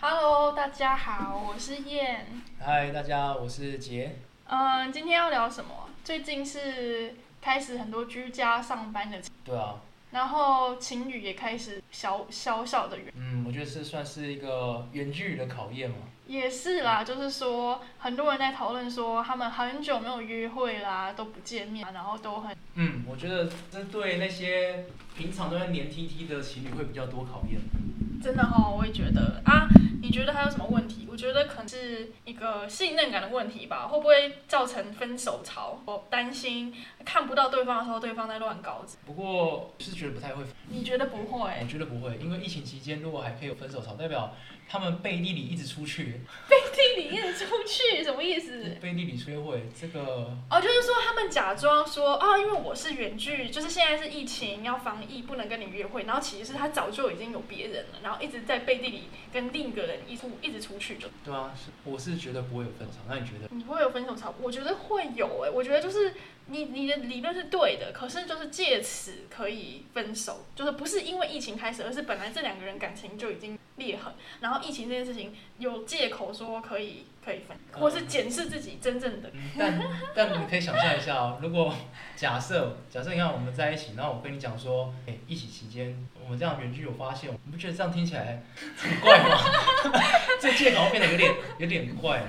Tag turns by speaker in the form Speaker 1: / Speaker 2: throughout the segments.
Speaker 1: Hello，大家好，我是燕。
Speaker 2: 嗨，大家，我是杰。
Speaker 1: 嗯，今天要聊什么？最近是开始很多居家上班的，
Speaker 2: 对啊，
Speaker 1: 然后情侣也开始小小小的远，
Speaker 2: 嗯，我觉得是算是一个远距离的考验嘛。
Speaker 1: 也是啦，就是说很多人在讨论说他们很久没有约会啦，都不见面，啊然后都很
Speaker 2: 嗯，我觉得这对那些平常都在黏 T T 的情侣会比较多考验。
Speaker 1: 真的哈、我也觉得啊。你觉得还有什么问题？我觉得可能是一个信任感的问题吧，会不会造成分手潮？我担心看不到对方的时候，对方在乱搞。
Speaker 2: 不过是觉得不太会，
Speaker 1: 你觉得不会？
Speaker 2: 我觉得不会，因为疫情期间如果还可以有分手潮，代表他们背地里一直出去，
Speaker 1: 地里面出去什么意思？
Speaker 2: 背地里约会，这个
Speaker 1: 哦，就是说他们假装说啊、因为我是远距，就是现在是疫情要防疫，不能跟你约会。然后其实是他早就已经有别人了，然后一直在背地里跟另一个人一出一直出去就。
Speaker 2: 对啊，是我是觉得不会有分手潮。那你觉得？
Speaker 1: 你会有分手潮？我觉得会有诶、我觉得就是你你的理论是对的，可是就是借此可以分手，就是不是因为疫情开始，而是本来这两个人感情就已经裂痕，然后疫情这件事情有借口说可以可以分，或是检视自己真正的
Speaker 2: 嗯，但 但你可以想象一下哦，如果假设假设你看我们在一起，然后我跟你讲说，哎、一起期间我们这样远距有发现，你不觉得这样听起来很怪吗？这借口变得有点有点怪。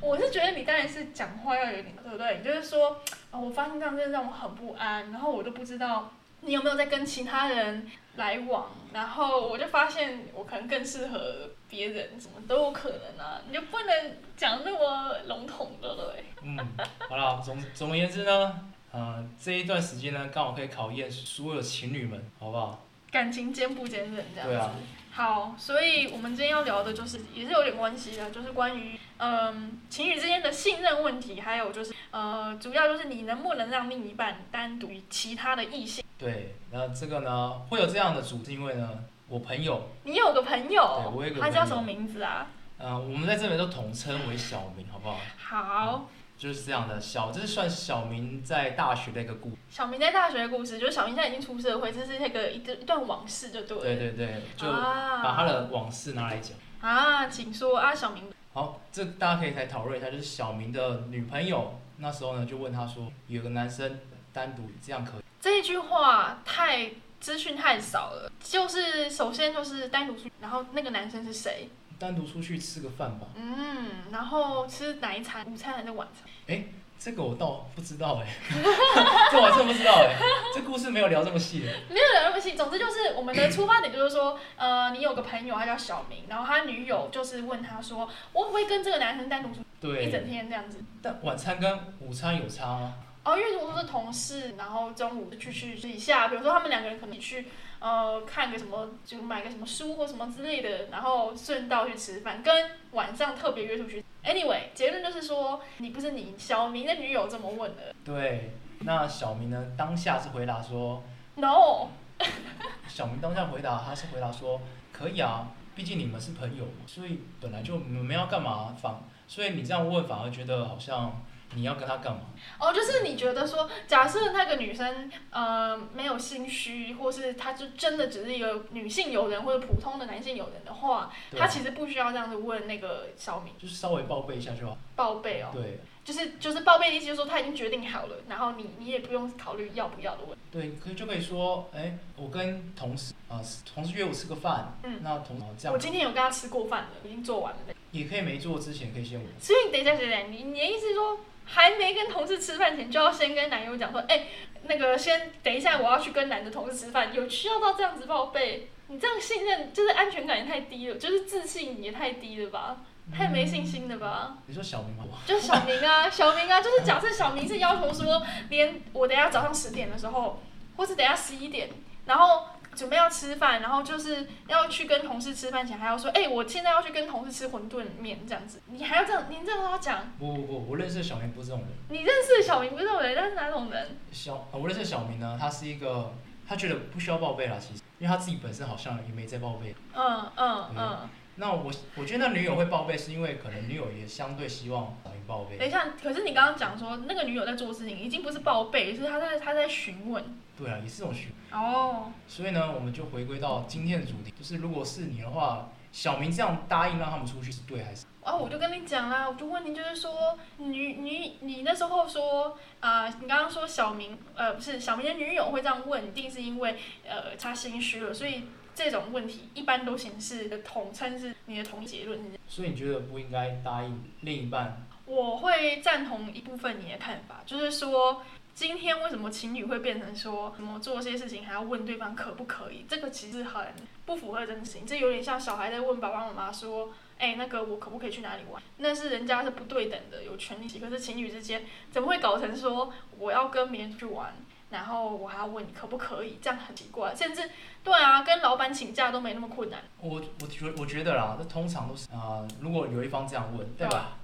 Speaker 1: 我是觉得你当然是讲话要有点，对不对？你就是说，啊、我发现这样真的让我很不安，然后我都不知道你有没有在跟其他人来往，然后我就发现我可能更适合别人，什么都有可能啊，你就不能讲那么笼统的了、欸。
Speaker 2: 嗯，好了，总总而言之呢，呃，这一段时间呢，刚好可以考验所有情侣们，好不好？
Speaker 1: 感情坚不坚韧这样子。
Speaker 2: 对啊
Speaker 1: 好，所以我们今天要聊的就是，也是有点关系的，啊就是关于嗯情侣之间的信任问题，还有就是呃主要就是你能不能让另一半单独与其他的异性。
Speaker 2: 对，那这个呢，会有这样的主，是因为呢，我朋友，
Speaker 1: 你有个朋
Speaker 2: 对
Speaker 1: 友，
Speaker 2: 我有一个
Speaker 1: 他
Speaker 2: 朋
Speaker 1: 叫什么
Speaker 2: 友，
Speaker 1: 名字啊？
Speaker 2: 嗯、我们在这边都统称为小明，好不好？
Speaker 1: 好，
Speaker 2: 就是这样的小，这是算小明在大学的一个故事。
Speaker 1: 小明在大学的故事，就是小明现在已经出社会，这是那个一个一段往事，就对了。
Speaker 2: 对对对，就把他
Speaker 1: 啊
Speaker 2: 的往事拿来讲。
Speaker 1: 啊，请说啊，小明，
Speaker 2: 好，这大家可以来讨论一下，就是小明的女朋友那时候呢，就问他说，有个男生单独这样可以？
Speaker 1: 这一句话太资讯太少了，就是首先就是单独出去，然后那个男生是谁？
Speaker 2: 单独出去吃个饭吧？
Speaker 1: 嗯，然后吃哪一餐？午餐还是晚餐？
Speaker 2: 这个我倒不知道哎、 这我还真不知道哎、这故事没有聊这么细、欸。
Speaker 1: 没有人那么细。总之就是我们的出发点就是说，呃，你有个朋友他叫小明，然后他女友就是问他说，我会不会跟这个男生单独出去一整
Speaker 2: 对，
Speaker 1: 天这样子？
Speaker 2: 但晚餐跟午餐有差吗？
Speaker 1: 哦，因为如果说是同事，然后中午去去一下，比如说他们两个人可能去呃看个什么，就买个什么书或什么之类的，然后顺道去吃饭，跟晚上特别约出去。Anyway，结论就是说，你不是你小明的女友这么问的
Speaker 2: 对，那小明呢，当下是回答说，
Speaker 1: ，No，
Speaker 2: 小明当下回答，他是回答说：“可以啊，毕竟你们是朋友，所以本来就你们要干嘛反，所以你这样问反而觉得好像你要跟他干嘛。
Speaker 1: 哦，就是你觉得说，假设那个女生呃没有心虚，或是她就真的只是一个女性友人或者普通的男性友人的话，
Speaker 2: 对
Speaker 1: 她其实不需要这样子问那个小明
Speaker 2: 就是稍微报备一下就好。
Speaker 1: 报备哦，
Speaker 2: 对
Speaker 1: 就是就是报备的意思，就是说他已经决定好了，然后你你也不用考虑要不要的问题。
Speaker 2: 对，可以就可以说，哎、我跟同事啊、同事约我吃个饭，
Speaker 1: 嗯
Speaker 2: 那同事、啊这
Speaker 1: 我
Speaker 2: 样
Speaker 1: 今天有跟他吃过饭了，已经做完了。
Speaker 2: 也可以没做之前可以先问。
Speaker 1: 所以你等一下，等一下，你你的意思是说，还没跟同事吃饭前，就要先跟男友讲说，哎、那个先等一下，我要去跟男的同事吃饭，有需要到这样子报备？你这样信任就是安全感也太低了，就是自信也太低了吧，太没信心了吧？
Speaker 2: 你说小明吗？
Speaker 1: 就是小明啊，小明啊，就是假设小明是要求说，连我等一下早上十点的时候，或是等一下十一点，然后准备要吃饭，然后就是要去跟同事吃饭前，还要说，哎、我现在要去跟同事吃馄饨面这样子，你还要这样，你这样跟他讲，
Speaker 2: 不不不，我认识的小明不是这种人。
Speaker 1: 你认识的小明不是我人，他是哪种人？
Speaker 2: 小、啊我认识的小明呢，他是一个他觉得不需要报备啦，其实，因为他自己本身好像也没在报备。
Speaker 1: 嗯嗯嗯，
Speaker 2: 那我我觉得那女友会报备，是因为可能女友也相对希望小明报
Speaker 1: 嗯等
Speaker 2: 备。
Speaker 1: 一下，可是你刚刚讲说那个女友在做事情，已经不是报备，是她在她在询问。
Speaker 2: 对啊，也是这种需
Speaker 1: 哦，
Speaker 2: 所以呢，我们就回归到今天的主题，就是如果是你的话，小明这样答应让他们出去是对还是？
Speaker 1: 啊，我就跟你讲啦，我就问你，就是说，你你你那时候说啊、你刚刚说小明呃不是小明的女友会这样问，一定是因为呃他心虚了，所以这种问题一般都显示的统称是你的同意结论是这样。
Speaker 2: 所以你觉得不应该答应另一半？
Speaker 1: 我会赞同一部分你的看法，就是说。今天为什么情侣会变成说什么做些事情还要问对方可不可以？这个其实很不符合人情，这有点像小孩在问爸爸妈妈说：“哎、那个我可不可以去哪里玩？”那是人家是不对等的，有权利。可是情侣之间怎么会搞成说我要跟别人出去玩，然后我还要问你可不可以？这样很奇怪。甚至对啊，跟老板请假都没那么困难。
Speaker 2: 我我觉我觉得啦，这通常都是啊、如果有一方这样问，对吧？
Speaker 1: 嗯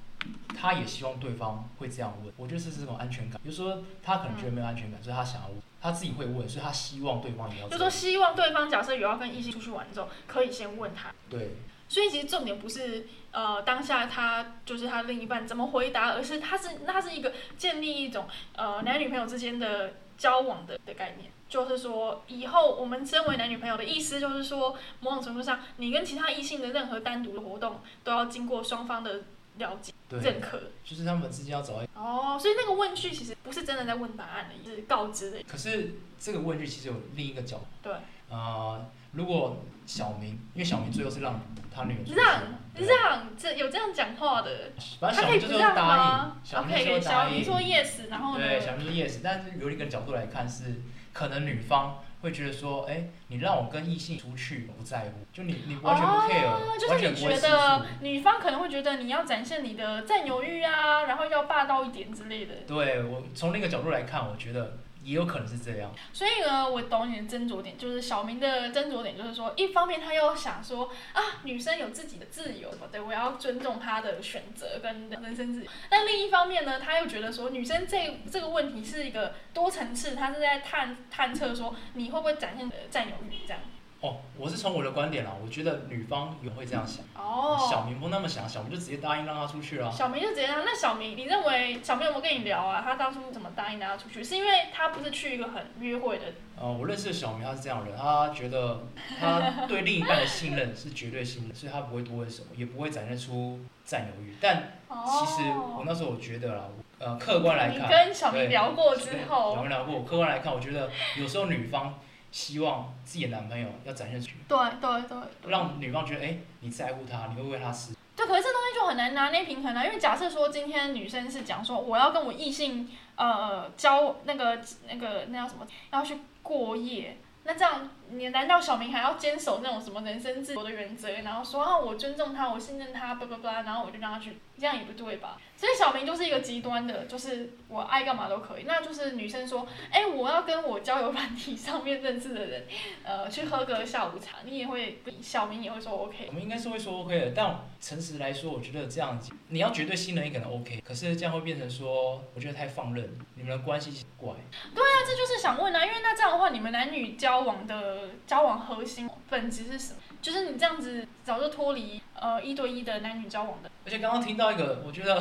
Speaker 2: 他也希望对方会这样问，我觉得这是这种安全感。比如说他可能觉得没有安全感，所以他想要问，他自己会问，所以他希望对方也要
Speaker 1: 就
Speaker 2: 这
Speaker 1: 说
Speaker 2: 样。
Speaker 1: 希望对方假设有要跟异性出去玩的时候，可以先问他。
Speaker 2: 对，
Speaker 1: 所以其实重点不是呃当下他就是他另一半怎么回答，而是他是他是一个建立一种呃男女朋友之间
Speaker 2: 嗯
Speaker 1: 的交往的的概念，就是说以后我们身为男女朋友的意思就是说，某种程度上你跟其他异性的任何单独的活动都要经过双方的了解
Speaker 2: 对，
Speaker 1: 认可。
Speaker 2: 就是他们之间要找到一。
Speaker 1: 哦，所以那个问句其实不是真的在问答案的，是告知的。
Speaker 2: 可是这个问句其实有另一个角度。
Speaker 1: 对。
Speaker 2: 啊、如果小明，因为小明最后是让他女友出去
Speaker 1: 让
Speaker 2: 嘛对吧
Speaker 1: 让这有这样讲话的，
Speaker 2: 反正
Speaker 1: 他
Speaker 2: 小
Speaker 1: 可以
Speaker 2: 明就
Speaker 1: 不
Speaker 2: 是
Speaker 1: 让
Speaker 2: 答
Speaker 1: 吗
Speaker 2: 应，小明
Speaker 1: ？OK，
Speaker 2: 就
Speaker 1: 给
Speaker 2: 是答
Speaker 1: 小明
Speaker 2: 应，
Speaker 1: 说 yes，然后呢？
Speaker 2: 对，小明说 yes，但是有一个角度来看是，可能女方会觉得说，哎、你让我跟异性出去，我不在乎，就你你完全不 care，、
Speaker 1: 哦，就
Speaker 2: 完
Speaker 1: 是
Speaker 2: 全
Speaker 1: 你
Speaker 2: 不会
Speaker 1: 觉
Speaker 2: 吃
Speaker 1: 得
Speaker 2: 醋。
Speaker 1: 女方可能会觉得你要展现你的占有欲啊，然后要霸道一点之类的。
Speaker 2: 对我从那个角度来看，我觉得也有可能是这样。
Speaker 1: 所以呢，我懂你的斟酌点，就是小明的斟酌点，就是说，一方面他又想说啊，女生有自己的自由，对，我要尊重她的选择跟人生自由。但另一方面呢，他又觉得说，女生这这个问题是一个多层次，他是在探探测说你会不会展现你的占有欲这样。
Speaker 2: 哦，我是从我的观点啦，我觉得女方也会这样想，
Speaker 1: 哦，
Speaker 2: 小明不那么想，小明就直接答应让他出去啊了。
Speaker 1: 小明就直接让那小明，你认为小明有没有跟你聊啊？他当初怎么答应大家出去？是因为他不是去一个很约会的，
Speaker 2: 呃，我认识的小明他是这样的人，他觉得他对另一半的信任是绝对信任，所以他不会多问什么，也不会展现出占有欲。但其实我那时候我觉得啦，我呃，客观来
Speaker 1: 哦你
Speaker 2: 看，
Speaker 1: 跟小明
Speaker 2: 对
Speaker 1: 聊过之
Speaker 2: 我
Speaker 1: 后，
Speaker 2: 们聊过，我客观来看，我觉得有时候女方希望自己的男朋友要展现出，
Speaker 1: 对对对，对
Speaker 2: 让女方觉得哎、你在乎他，你会为他死。
Speaker 1: 对，可是这东西就很难拿捏平衡啊。因为假设说今天女生是讲说我要跟我异性呃交那个那个那叫什么，要去过夜，那这样你难道小明还要坚守那种什么人生自由的原则，然后说啊我尊重他，我信任他，叭叭叭，然后我就让他去，这样也不对吧？所以小明就是一个极端的，就是我爱干嘛都可以。那就是女生说，哎、我要跟我交友软体上面认识的人，呃，去喝个下午茶，你也会，小明也会说 OK。
Speaker 2: 我们应该是会说 OK 的，但诚实来说，我觉得这样子你要绝对信任你可能 OK，可是这样会变成说，我觉得太放任，你们的关系怪。
Speaker 1: 那这就是想问啊，因为那这样的话，你们男女交往的交往核心本质是什么？就是你这样子早就脱离呃一对一的男女交往的，
Speaker 2: 而且刚刚听到一个，我觉得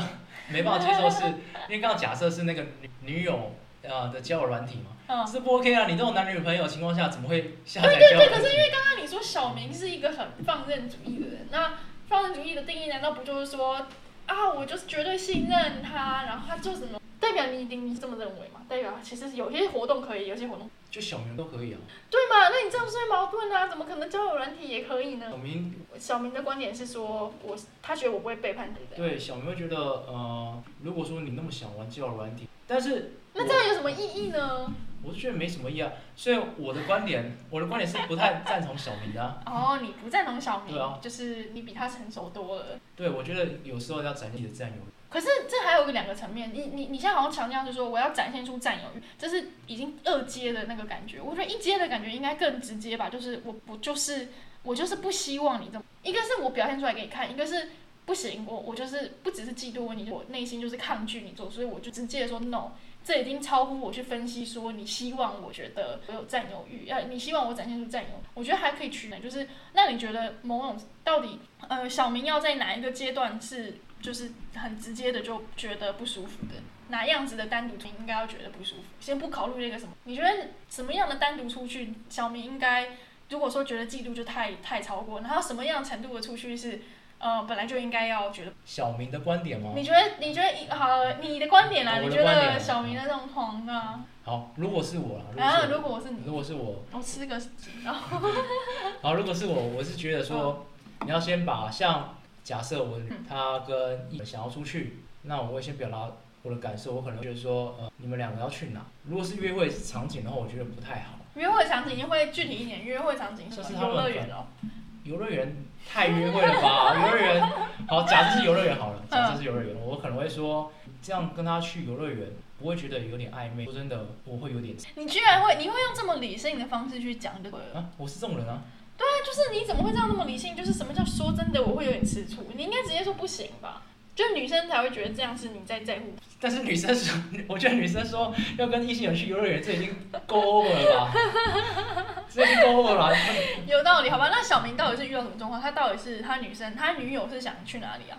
Speaker 2: 没办法 接受是，因为刚刚假设是那个女女友呃的交友软体嘛，
Speaker 1: 嗯，
Speaker 2: 是不 OK 啊？你都有男女朋友的情况下，怎么会下载交友
Speaker 1: 对
Speaker 2: 软体？
Speaker 1: 那你说小明是一个很放任主义的人，那放任主义的定义难道不就是说啊，我就是绝对信任他，然后他做什么，代表你一定这么认为嘛？代表其实有些活动可以，有些活动
Speaker 2: 就小明都可以啊，
Speaker 1: 对嘛？那你这样是会矛盾啊？怎么可能交友软体也可以呢
Speaker 2: 小？明
Speaker 1: 小明的观点是说，我他觉得我不会背叛你的，
Speaker 2: 对，小明会觉得，呃，如果说你那么想玩交友软体，但是
Speaker 1: 那这样有什么意义呢？
Speaker 2: 我是觉得没什么意义啊。所以我的观点，我的观点是不太赞同小明的、啊。
Speaker 1: 哦，你不赞同小明，
Speaker 2: 对啊
Speaker 1: 就是你比他成熟多了。
Speaker 2: 对，我觉得有时候要展现你的占有欲。
Speaker 1: 可是这还有个两个层面，你你你现在好像强调是说我要展现出占有欲，这是已经二阶的那个感觉。我觉得一阶的感觉应该更直接吧，就是我我就是我就是不希望你这么，一个是我表现出来给你看，一个是不行，我我就是不只是嫉妒你，我内心就是抗拒你做，所以我就直接说 no。这已经超乎我去分析，说你希望我觉得我有占有欲，呃，你希望我展现出占有，我觉得还可以取暖，就是那你觉得某种到底呃，小明要在哪一个阶段是就是很直接的就觉得不舒服的？哪样子的单独出应该要觉得不舒服？先不考虑那个什么，你觉得什么样的单独出去，小明应该如果说觉得嫉妒就太太超过，然后什么样程度的出去是，呃，本来就应该要觉得。
Speaker 2: 小明的观点吗？哦
Speaker 1: 你觉得你觉得一好了，你的观点啦、
Speaker 2: 哦我
Speaker 1: 你
Speaker 2: 的
Speaker 1: 觉
Speaker 2: 观点嗯啊
Speaker 1: 得小明的那种狂啊，
Speaker 2: 好，如果是我啦，
Speaker 1: 然后
Speaker 2: 如
Speaker 1: 啊如
Speaker 2: 果
Speaker 1: 果我是
Speaker 2: 是我
Speaker 1: 你，
Speaker 2: 如果是我，
Speaker 1: 我吃个然后
Speaker 2: 好，如果是我，我是觉得说，你要先把像假设我
Speaker 1: 嗯
Speaker 2: 他跟一想要出去，那我会先表达我的感受，我可能觉得说，呃，你们两个要去哪？如果是约会场景的话，我觉得不太好。
Speaker 1: 约会场景你会具体一点，约会场景是
Speaker 2: 就
Speaker 1: 什
Speaker 2: 是
Speaker 1: 么？
Speaker 2: 他
Speaker 1: 游
Speaker 2: 们
Speaker 1: 乐园哦，
Speaker 2: 游乐园太约会了吧？游乐园，好，假设是游乐园好了，假设是游乐园，我可能会说，这样跟他去游乐园，不会觉得有点暧昧。说真的，我会有点
Speaker 1: 你居然会你会用这么理性的方式去讲这个？
Speaker 2: 啊，我是这种人啊，
Speaker 1: 对啊，就是你怎么会这样那么理性？就是什么叫说真的，我会有点吃醋。你应该直接说不行吧？就女生才会觉得这样是你在在乎。
Speaker 2: 但是女生说， 我觉得女生说要跟异性人去游乐园，这已经够 over 了 吧？这已经够 over 了吧。
Speaker 1: 有道理，好吧？那小明到底是遇到什么状况？他到底是他女生，他女友是想去哪里啊？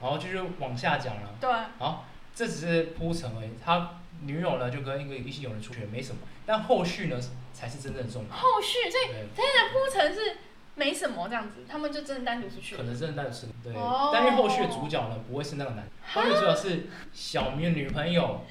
Speaker 2: 然后就是往下讲了，
Speaker 1: 对啊，
Speaker 2: 这只是铺陈而已。他女友呢就跟一个异性友人出去，没什么。但后续呢才是真正的重点。
Speaker 1: 后续所以
Speaker 2: 对，
Speaker 1: 铺陈是没什么这样子，他们就真的单独出去
Speaker 2: 可
Speaker 1: 了。
Speaker 2: 能真的那是对
Speaker 1: 哦，
Speaker 2: 但是后续的主角呢不会是那个男，后续主角是小明的女朋友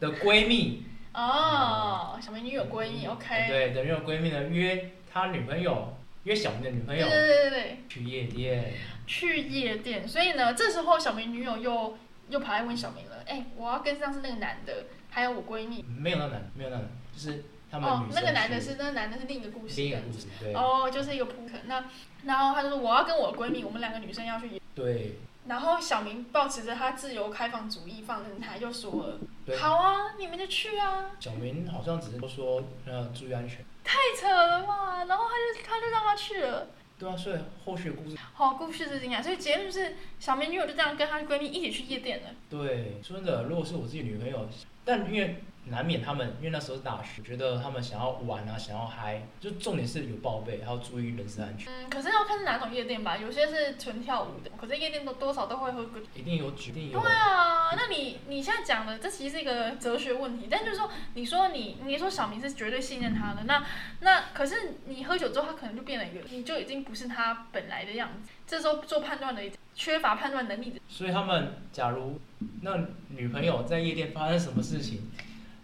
Speaker 2: 的闺蜜，
Speaker 1: 哦，小明女友闺蜜，OK。
Speaker 2: 对，等于有闺蜜呢约她女朋友，约小明的女朋
Speaker 1: 对
Speaker 2: 友
Speaker 1: 对对对对，
Speaker 2: 去夜店，
Speaker 1: 去夜店。所以呢，这时候小明女友又又跑来问小明了，哎、我要跟上次那个男的，还有我闺蜜。
Speaker 2: 没有那个男，没有那个男，就是他们
Speaker 1: 哦
Speaker 2: 女，生
Speaker 1: 那个男的
Speaker 2: 去
Speaker 1: 是那个男的是另一个故事。
Speaker 2: 另一个故事，对
Speaker 1: 哦，就是一个铺陈。那然后他就说我要跟我闺蜜，我们两个女生要去。
Speaker 2: 对
Speaker 1: 然后小明保持着他自由开放主义放任他，又说了
Speaker 2: 对，
Speaker 1: 好啊，你们就去啊，
Speaker 2: 小明好像只是说呃注意安全，
Speaker 1: 太扯了吧。然后他就他就让他去了。
Speaker 2: 对啊，所以后续的故事
Speaker 1: 好，故事是这样，所以结论是小美女友就这样跟她闺蜜一起去夜店了。
Speaker 2: 对，说真的，如果是我自己女朋友，但因为难免他们，因为那时候是大学，觉得他们想要玩啊，想要嗨，就重点是有报备，还要注意人身安全，
Speaker 1: 嗯，可是要看是哪种夜店吧，有些是纯跳舞的，可是夜店都多少都会喝个。
Speaker 2: 一定有酒，一定
Speaker 1: 对
Speaker 2: 有。
Speaker 1: 啊，那你你现在讲的这其实是一个哲学问题，但就是说，你说你你说小明是绝对信任他的，那那可是你喝酒之后，他可能就变了一个人，你就已经不是他本来的样子，这时候做判断的缺乏判断能力的。
Speaker 2: 所以他们假如那女朋友在夜店发生什么事情，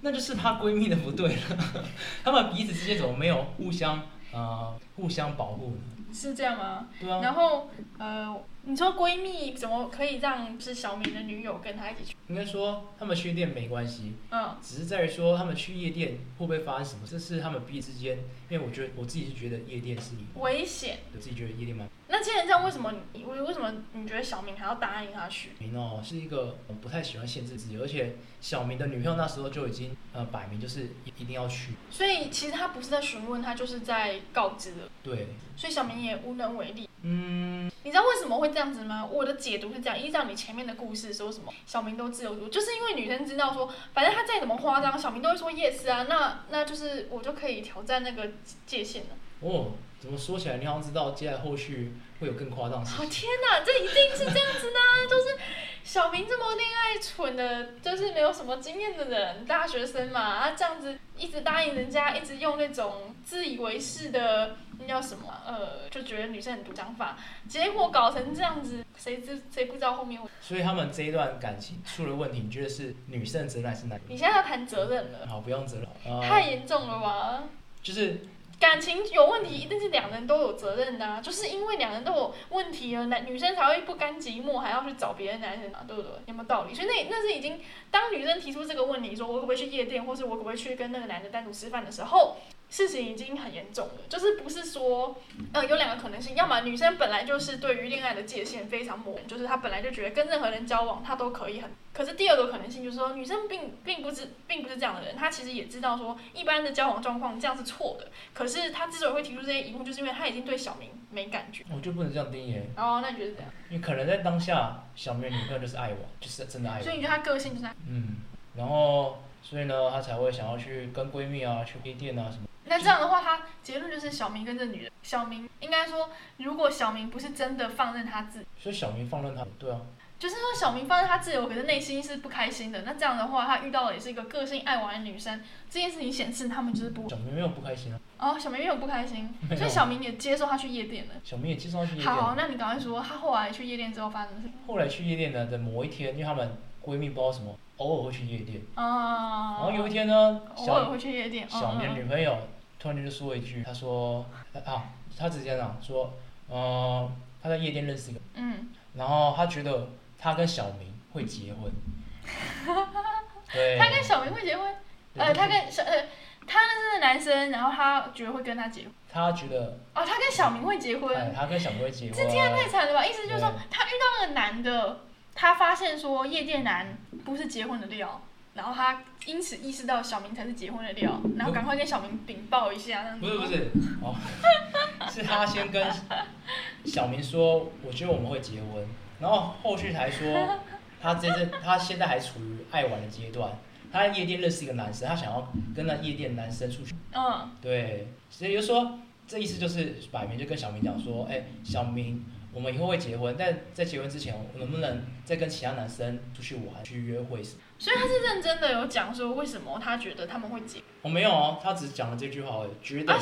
Speaker 2: 那就是她闺蜜的不对了。 他们彼此之间怎么没有互相呃互相保护呢？
Speaker 1: 是这样吗？
Speaker 2: 对啊，
Speaker 1: 然后呃，你说闺蜜怎么可以让是小明的女友跟他一起去？
Speaker 2: 应该说他们去夜店没关系，
Speaker 1: 嗯。
Speaker 2: 只是在于说他们去夜店会不会发生什么，这是他们彼此之间，因为我觉得我自己是觉得夜店是一
Speaker 1: 危险。
Speaker 2: 我自己觉得夜店蛮
Speaker 1: 那既然这样，为什么你为为什么你觉得小明还要答应他去？
Speaker 2: 明哦，是一个呃不太喜欢限制自己，而且小明的女朋友那时候就已经呃摆明就是一定要去，
Speaker 1: 所以其实他不是在询问，他就是在告知了。
Speaker 2: 对，
Speaker 1: 所以小明也无能为力。
Speaker 2: 嗯，
Speaker 1: 你知道为什么会这样子吗？我的解读是这样，依照你前面的故事说什么，小明都自由主义，就是因为女生知道说，反正他再怎么夸张，小明都会说 yes 啊，那那就是我就可以挑战那个界限了。
Speaker 2: 哦，怎么说起来你好像知道接下来后续会有更夸张的事
Speaker 1: 好、哦
Speaker 2: 情，
Speaker 1: 天哪，这一定是这样 子的啊、就是小明这么恋爱蠢的，就是没有什么经验的人，大学生嘛，他这样子一直答应人家，一直用那种自以为是的那叫什么啊、呃，就觉得女生很独想法，结果搞成这样子，谁知谁不知道后面会？
Speaker 2: 所以他们这一段感情出了问题，你觉得是女生的责任还是男
Speaker 1: 你
Speaker 2: 人？
Speaker 1: 现在要谈责任了，
Speaker 2: 好，不用责任，
Speaker 1: 太
Speaker 2: 呃，
Speaker 1: 严重了吧？
Speaker 2: 就是
Speaker 1: 感情有问题，一定是两人都有责任的、啊，就是因为两人都有问题了，男女生才会不甘寂寞，还要去找别的男人啊，对不对？有没有道理？所以那那是已经当女生提出这个问题，说我可不可以去夜店，或是我可不可以去跟那个男的单独吃饭的时候，事情已经很严重了，就是不是说，呃，有两个可能性，要么女生本来就是对于恋爱的界限非常模糊，就是她本来就觉得跟任何人交往她都可以很，可是第二个可能性就是说，女生并并不是并不是这样的人，她其实也知道说一般的交往状况这样是错的。可是他之所以会提出这些疑问，就是因为他已经对小明没感觉。
Speaker 2: 我就不能这样定义，
Speaker 1: 哦，那你觉得怎样？
Speaker 2: 因为可能在当下小明的女朋友就是爱我，就是真的爱我
Speaker 1: 所以。你觉得他个性就是他……
Speaker 2: 嗯，然后所以呢，她才会想要去跟闺蜜啊，去夜店啊什么。
Speaker 1: 那这样的话，他结论就是小明跟这女人，小明应该说，如果小明不是真的放任他自己，
Speaker 2: 所以小明放任她，对啊，
Speaker 1: 就是说小明发现他自由，可是内心是不开心的。那这样的话，他遇到的也是一个个性爱玩的女生，这件事情显示他们就是不
Speaker 2: 小明没有不开心啊，
Speaker 1: 哦，小明没有不开心，
Speaker 2: 没有
Speaker 1: 所以小明也接受他去夜店了。
Speaker 2: 小明也介绍去夜店。
Speaker 1: 好，那你赶快说他后来去夜店之后发生什么？
Speaker 2: 后来去夜店呢的某一天，因为她们闺蜜不知道什么，偶尔会去夜店。
Speaker 1: 啊、
Speaker 2: 然后有一天呢，
Speaker 1: 偶尔
Speaker 2: 哦小
Speaker 1: 会去夜店，
Speaker 2: 小明的
Speaker 1: 嗯嗯
Speaker 2: 女朋友突然就说一句，她说啊，她直接讲说，呃，她在夜店认识一个，
Speaker 1: 嗯，
Speaker 2: 然后她觉得她跟小明会结婚。对
Speaker 1: 嗯，他跟小明会结婚，
Speaker 2: 对
Speaker 1: 呃，他跟小呃，他认识的男生，然后他觉得会跟他结婚，
Speaker 2: 她觉得，
Speaker 1: 哦，他跟小明会结
Speaker 2: 哎，
Speaker 1: 婚，
Speaker 2: 她跟小明会结婚啊
Speaker 1: 这。天啊太惨了吧？意思就是说
Speaker 2: 对，
Speaker 1: 他遇到那个男的，他发现说夜店男不是结婚的料。然后他因此意识到小明才是结婚的料，然后赶快跟小明禀报一下。这样子
Speaker 2: 不是不是，哦， 是她先跟小明说，我觉得我们会结婚，然后后续才说，她真正她现在还处于爱玩的阶段，她在夜店认识一个男生，她想要跟那夜店男生出去，
Speaker 1: 嗯，
Speaker 2: 对，所以就说这意思就是摆明就跟小明讲说，哎、小明。我们以后会结婚，但在结婚之前，我能不能再跟其他男生出去玩、去约会什么？
Speaker 1: 所以他是认真的有讲说为什么他觉得他们会结，
Speaker 2: 我、没有哦，他只是讲了这句话而已，觉 得
Speaker 1: 啊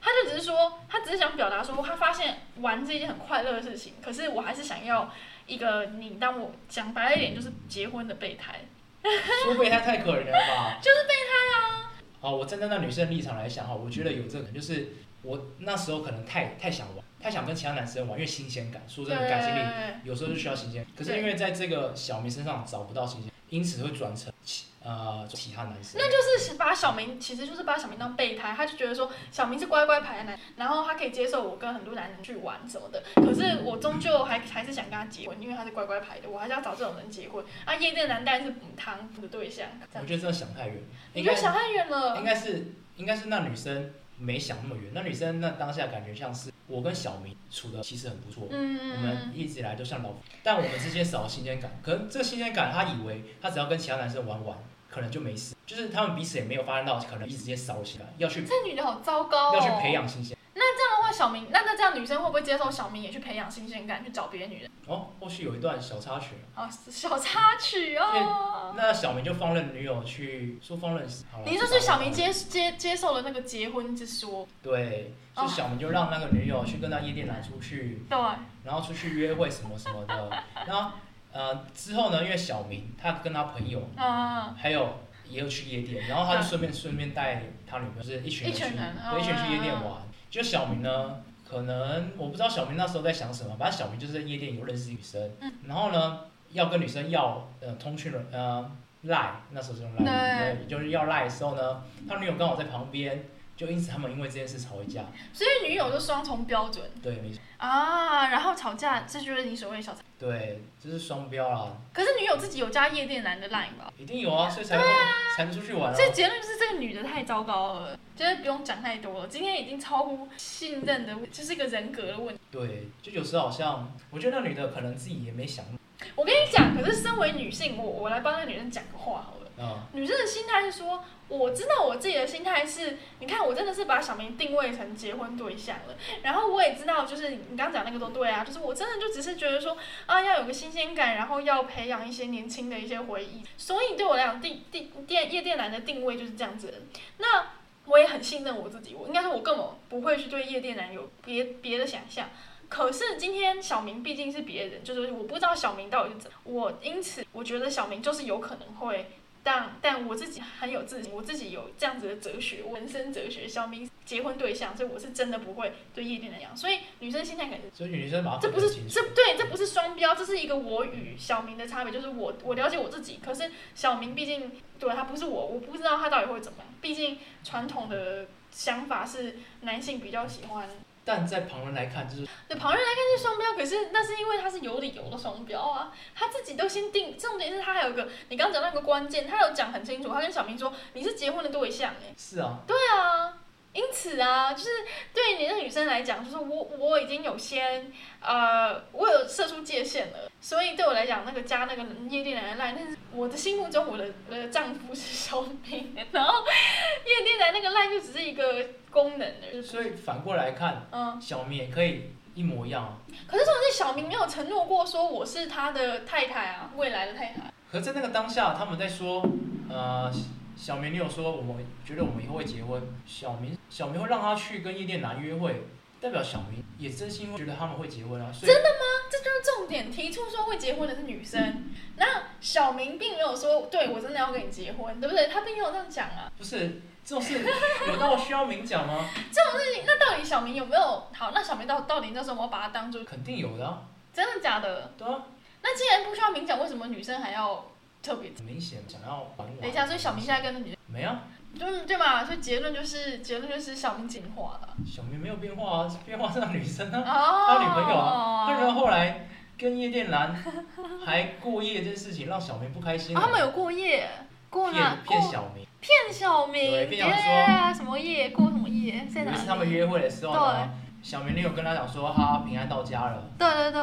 Speaker 1: 他就只是说他只是想表达说他发现玩是一件很快乐的事情，可是我还是想要一个你当我讲白了一点就是结婚的备胎，
Speaker 2: 说备胎太可怜了吧？
Speaker 1: 就是备胎啊。
Speaker 2: 啊，我站在那女生的立场来想哈，我觉得有这个，就是我那时候可能太太想玩，太想跟其他男生玩，因为新鲜感，说真的，感情里
Speaker 1: 对，
Speaker 2: 有时候就需要新鲜。可是
Speaker 1: 对
Speaker 2: 因为在这个小明身上找不到新鲜，因此会转成其呃其他男生。
Speaker 1: 那就是把小明其实就是把小明当备胎，他就觉得说小明是乖乖牌的男，然后他可以接受我跟很多男人去玩什么的，可是我终究还还是想跟他结婚，因为他是乖乖牌的，我还是要找这种人结婚。啊，夜店男当然是母汤的对象，这
Speaker 2: 我
Speaker 1: 样
Speaker 2: 觉得真的想太远，
Speaker 1: 你
Speaker 2: 应
Speaker 1: 就
Speaker 2: 该
Speaker 1: 想太远了
Speaker 2: 应。该是应该是那女生没想那么远，那女生那当下感觉像是我跟小明处的其实很不错，我们
Speaker 1: 嗯，
Speaker 2: 一直以来都像老夫，但我们之间少了新鲜感。可能这个新鲜感，他以为他只要跟其他男生玩玩，可能就没事，就是他们彼此也没有发现到，可能一直之间少了新鲜感，要去、
Speaker 1: 这女的好糟糕哦。
Speaker 2: 要去培。养新鲜。
Speaker 1: 这样的话，小明，那那这样女生会不会接受小明也去培养新鲜感，去找别的女人？
Speaker 2: 哦，后续有一段小插曲，
Speaker 1: 啊，小插曲哦。
Speaker 2: 那小明就放任女友去说放任，好了
Speaker 1: 你说是小明？接接接受了那个结婚之说，
Speaker 2: 对，
Speaker 1: 哦
Speaker 2: 就小明就让那个女友去跟那夜店男出去，
Speaker 1: 对，
Speaker 2: 然后出去约会什么什么的。 然后呃之后呢，因为小明他跟他朋友
Speaker 1: 嗯，
Speaker 2: 还有也有去夜店，然后他就顺便顺便带他女朋友，就是一群人去，
Speaker 1: 一群人
Speaker 2: 对，一群人去夜店玩。就小明呢，可能我不知道小明那时候在想什么，反正小明就是在夜店有认识女生，
Speaker 1: 嗯
Speaker 2: 然后呢要跟女生要呃通讯了呃赖，那时候是用赖，
Speaker 1: 对
Speaker 2: 对，就是要赖的时候呢，他女友刚好在旁边，就因此他们因为这件事吵一架，
Speaker 1: 所以女友就双重标准
Speaker 2: 对，没错，
Speaker 1: 啊，然后吵架，这就是你所谓的小插。
Speaker 2: 对，这是双标啦，
Speaker 1: 可是女友自己有加夜店男的 line 吧？
Speaker 2: 一定有啊，所以才会、才能出去玩啊
Speaker 1: 所。以结论就是这个女的太糟糕了，就是不用讲太多了。今天已经超乎信任的，就是一个人格的问题。
Speaker 2: 对，就有时候好像，我觉得那女的可能自己也没想那么，
Speaker 1: 我跟你讲，可是身为女性，我我来帮那女生讲个话好了。
Speaker 2: 嗯。
Speaker 1: 女生的心态是说，我知道我自己的心态是，你看我真的是把小明定位成结婚对象了，然后我也知道，就是你刚刚讲那个都对啊，就是我真的就只是觉得说，啊，要有个新鲜感，然后要培养一些年轻的一些回忆，所以对我来讲，定定店夜店男的定位就是这样子的。那我也很信任我自己，我应该说，我根本不会去对夜店男有别别的想象。可是今天小明毕竟是别人，就是我不知道小明到底是怎么，我因此我觉得小明就是有可能会但但我自己很有自信，我自己有这样子的哲学，我人生哲学，小明结婚对象，所以我是真的不会对夜店那样。所以女生心态感觉，
Speaker 2: 所以女生把它
Speaker 1: 这
Speaker 2: 分
Speaker 1: 不
Speaker 2: 得
Speaker 1: 是
Speaker 2: 啊很清楚
Speaker 1: 这对，这不是双标，这是一个我与小明的差别，就是我我了解我自己，可是小明毕竟对他不是我，我不知道他到底会怎么样。毕竟传统的想法是男性比较喜欢，
Speaker 2: 但在旁人来看，就是
Speaker 1: 对旁人来看是双标，可是那是因为他是有理由的双标啊，他自己都先定。重点是他还有一个，你刚刚讲到一个关键，他有讲很清楚，他跟小明说你是结婚的对象哎、
Speaker 2: 是啊，
Speaker 1: 对啊，因此啊，就是对于你的女生来讲，就是我我已经有先呃，我有设出界限了，所以对我来讲，那个加那个夜店男的赖，但是我的心目中我的我的丈夫是小明，然后夜店男那个赖就只是一个功能而已，
Speaker 2: 所以反过来看，
Speaker 1: 嗯。
Speaker 2: 小明也可以一模一样啊。
Speaker 1: 可是重点是小明没有承诺过说我是他的太太啊，未来的太太。
Speaker 2: 可是在那个当下，他们在说，呃，小明，你有说我们觉得我们以后会结婚，小明，小明会让他去跟夜店男约会，代表小明也真心会觉得他们会结婚啊。所以
Speaker 1: 这就是重点，提出说会结婚的是女生，那小明并没有说对我真的要跟你结婚，对不对？他并没有这样讲啊。
Speaker 2: 不是这种事有到需要明讲吗？
Speaker 1: 那到底小明有没有好？那小明到到底那时候我把他当做
Speaker 2: 肯定有的、啊，
Speaker 1: 真的假的？
Speaker 2: 对啊，
Speaker 1: 那既然不需要明讲，为什么女生还要特别？
Speaker 2: 很明显想要玩我。
Speaker 1: 等一下，所以小明现在跟着女生，
Speaker 2: 没啊，
Speaker 1: 就是对嘛？所以结论就是结论就是小明进化了。
Speaker 2: 小明没有变化啊， 变化是那女生啊。
Speaker 1: 哦，
Speaker 2: 他女朋友啊他然后后来跟夜店男还过夜这件事情，让小明不开心
Speaker 1: 啊
Speaker 2: 了。
Speaker 1: 他们有过夜，过哪
Speaker 2: 骗？骗
Speaker 1: 过
Speaker 2: 小明，
Speaker 1: 骗小明，
Speaker 2: 对
Speaker 1: 耶
Speaker 2: 骗小明说
Speaker 1: 什么夜？过什么夜？在
Speaker 2: 有
Speaker 1: 哪
Speaker 2: 一
Speaker 1: 里？
Speaker 2: 次他们约会的时候呢，小明女友跟他讲说他平安到家了，
Speaker 1: 对对对，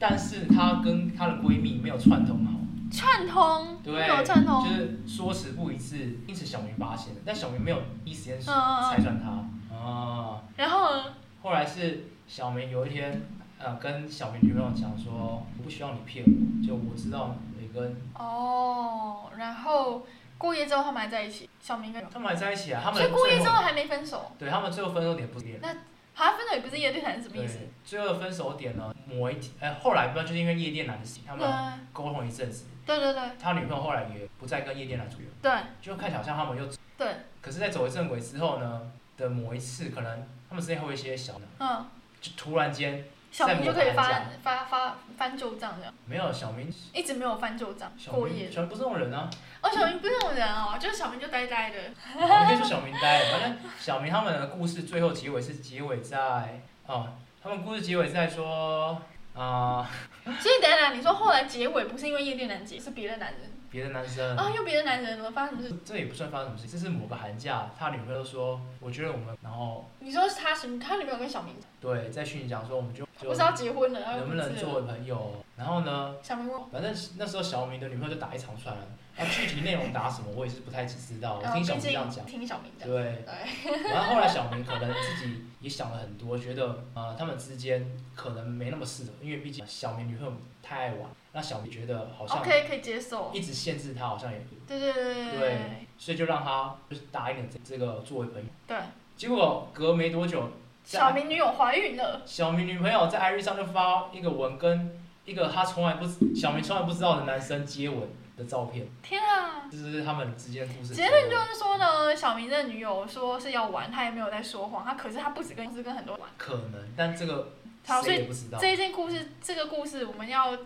Speaker 2: 但是她跟她的闺蜜没有串通好，
Speaker 1: 串通，
Speaker 2: 对
Speaker 1: 没有串通，
Speaker 2: 就是说辞不一致，因此小明发现了，但小明没有第一时间
Speaker 1: 嗯嗯
Speaker 2: 拆
Speaker 1: 嗯。
Speaker 2: 穿他啊。
Speaker 1: 然后呢？
Speaker 2: 后来是小明有一天，呃，跟小明女朋友讲说，不需要你骗我，就我知道每个人
Speaker 1: 哦，然后过夜之后他们还在一起，小明跟
Speaker 2: 他们还在一起啊，他们
Speaker 1: 所以过夜
Speaker 2: 最
Speaker 1: 之
Speaker 2: 后
Speaker 1: 后还没分手，
Speaker 2: 对他们最后分手点不是恋人，
Speaker 1: 好像分手也不是夜对谈是什么意
Speaker 2: 对
Speaker 1: 思？，
Speaker 2: 最后的分手点呢，某一天，哎、后来不知道就是因为夜店男的事情，他们
Speaker 1: 对
Speaker 2: 沟通一阵子，
Speaker 1: 对对对嗯
Speaker 2: 他女朋友后来也不再跟夜店男出约，
Speaker 1: 对
Speaker 2: 就看起来好像他们又，
Speaker 1: 对，
Speaker 2: 可是，在走回正轨之后呢的某一次，可能他们之间会有一些小的，
Speaker 1: 嗯，
Speaker 2: 就突然间
Speaker 1: 小明就可以
Speaker 2: 在
Speaker 1: 翻
Speaker 2: 某
Speaker 1: 翻翻翻旧账这样，
Speaker 2: 没有小明，
Speaker 1: 一直没有翻旧账，
Speaker 2: 小
Speaker 1: 过
Speaker 2: 明
Speaker 1: 夜。
Speaker 2: 小明不是这种人啊，
Speaker 1: 哦，小明不是那种人哦，就是小明就呆呆的，
Speaker 2: 我们可以说小明呆了，反正小明他们的故事最后结尾是结尾在哦，他们故事结尾在说啊、
Speaker 1: 所以等一下你说后来结尾不是因为夜店男结，是别的男人
Speaker 2: 别的男生，
Speaker 1: 啊，又别的男人了，发生什么事？
Speaker 2: 这也不算发生什么事，这是某个寒假，他女朋友说，我觉得我们，然后
Speaker 1: 你说是他什么？他女朋友跟小明
Speaker 2: 对，在讯息讲说我们就就
Speaker 1: 不是要结婚了，要
Speaker 2: 能不能
Speaker 1: 是
Speaker 2: 作为朋友，然后呢，
Speaker 1: 小明问我，
Speaker 2: 反正那时候小明的女朋友就打一长串了，那具体内容打什么我也是不太知道，我
Speaker 1: 然后
Speaker 2: 哦听
Speaker 1: 毕
Speaker 2: 小明这样
Speaker 1: 哦竟
Speaker 2: 讲，
Speaker 1: 听小明讲，
Speaker 2: 对。
Speaker 1: 对。
Speaker 2: 然后后来小明可能自己也想了很多，觉得呃他们之间可能没那么适合，因为毕竟小明女朋友太爱玩，那小明觉得好像
Speaker 1: OK，可以接受。
Speaker 2: 一直限制他，好像也
Speaker 1: 对对对对
Speaker 2: 对所以就让他就是答应了这这个作为朋友。
Speaker 1: 对。
Speaker 2: 结果隔没多久，在
Speaker 1: 小明女友怀孕了，
Speaker 2: 小明女朋友在 IG 上就发一个文跟一个他从来不知小明从来不知道的男生接吻的照片，
Speaker 1: 天啊！
Speaker 2: 这就是他们之间的故事。
Speaker 1: 结论就是说呢，小明的女友说是要玩，他也没有在说谎，他可是他不止跟是跟很多人玩。
Speaker 2: 可能，但这个
Speaker 1: 好所以
Speaker 2: 谁也不知道。
Speaker 1: 这一件故事，这个故事我们要，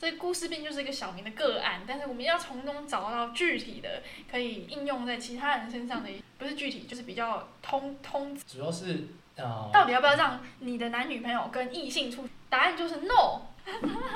Speaker 1: 这个故事并就是一个小明的个案，但是我们要从中找到具体的可以应用在其他人身上的，不是具体就是比较通通，
Speaker 2: 主要是呃，
Speaker 1: 到底要不要让你的男女朋友跟异性出？答案就是 no。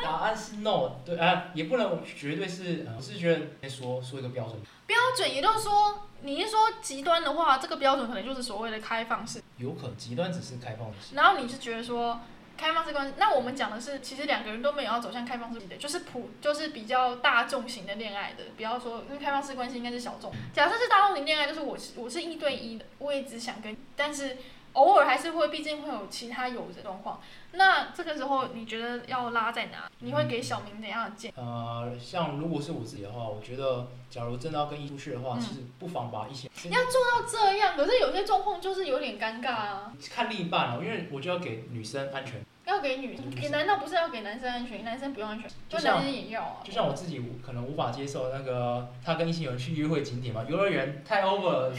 Speaker 2: 答案是 no，对啊、也不能绝对是，呃我是觉得先说说一个标准，
Speaker 1: 标准也就是说，你一说极端的话，这个标准可能就是所谓的开放式。
Speaker 2: 有可能极端只是开放式，
Speaker 1: 然后你是觉得说开放式关系，那我们讲的是其实两个人都没有要走向开放式的，就是普就是比较大众型的恋爱的，不要说因为开放式关系应该是小众。假设是大众型恋爱，就是我是我是一对一的，我也只想跟，但是偶尔还是会，毕竟会有其他友的状况。那这个时候你觉得要拉在哪？你会给小明怎样的建议？
Speaker 2: 呃，像如果是我自己的话，我觉得假如真的要跟异出去的话，
Speaker 1: 嗯
Speaker 2: 其实不妨把一些
Speaker 1: 要做到这样，可是有些状况就是有点尴尬啊。
Speaker 2: 看另一半哦，因为我就要给女生安全，
Speaker 1: 要给女，给难道嗯不是要给男生安全？男生不用安全，就
Speaker 2: 就像
Speaker 1: 男生也要啊。
Speaker 2: 就像我自己无可能无法接受那个他呃跟异性友人去约会景点嘛，幼儿园太 over，了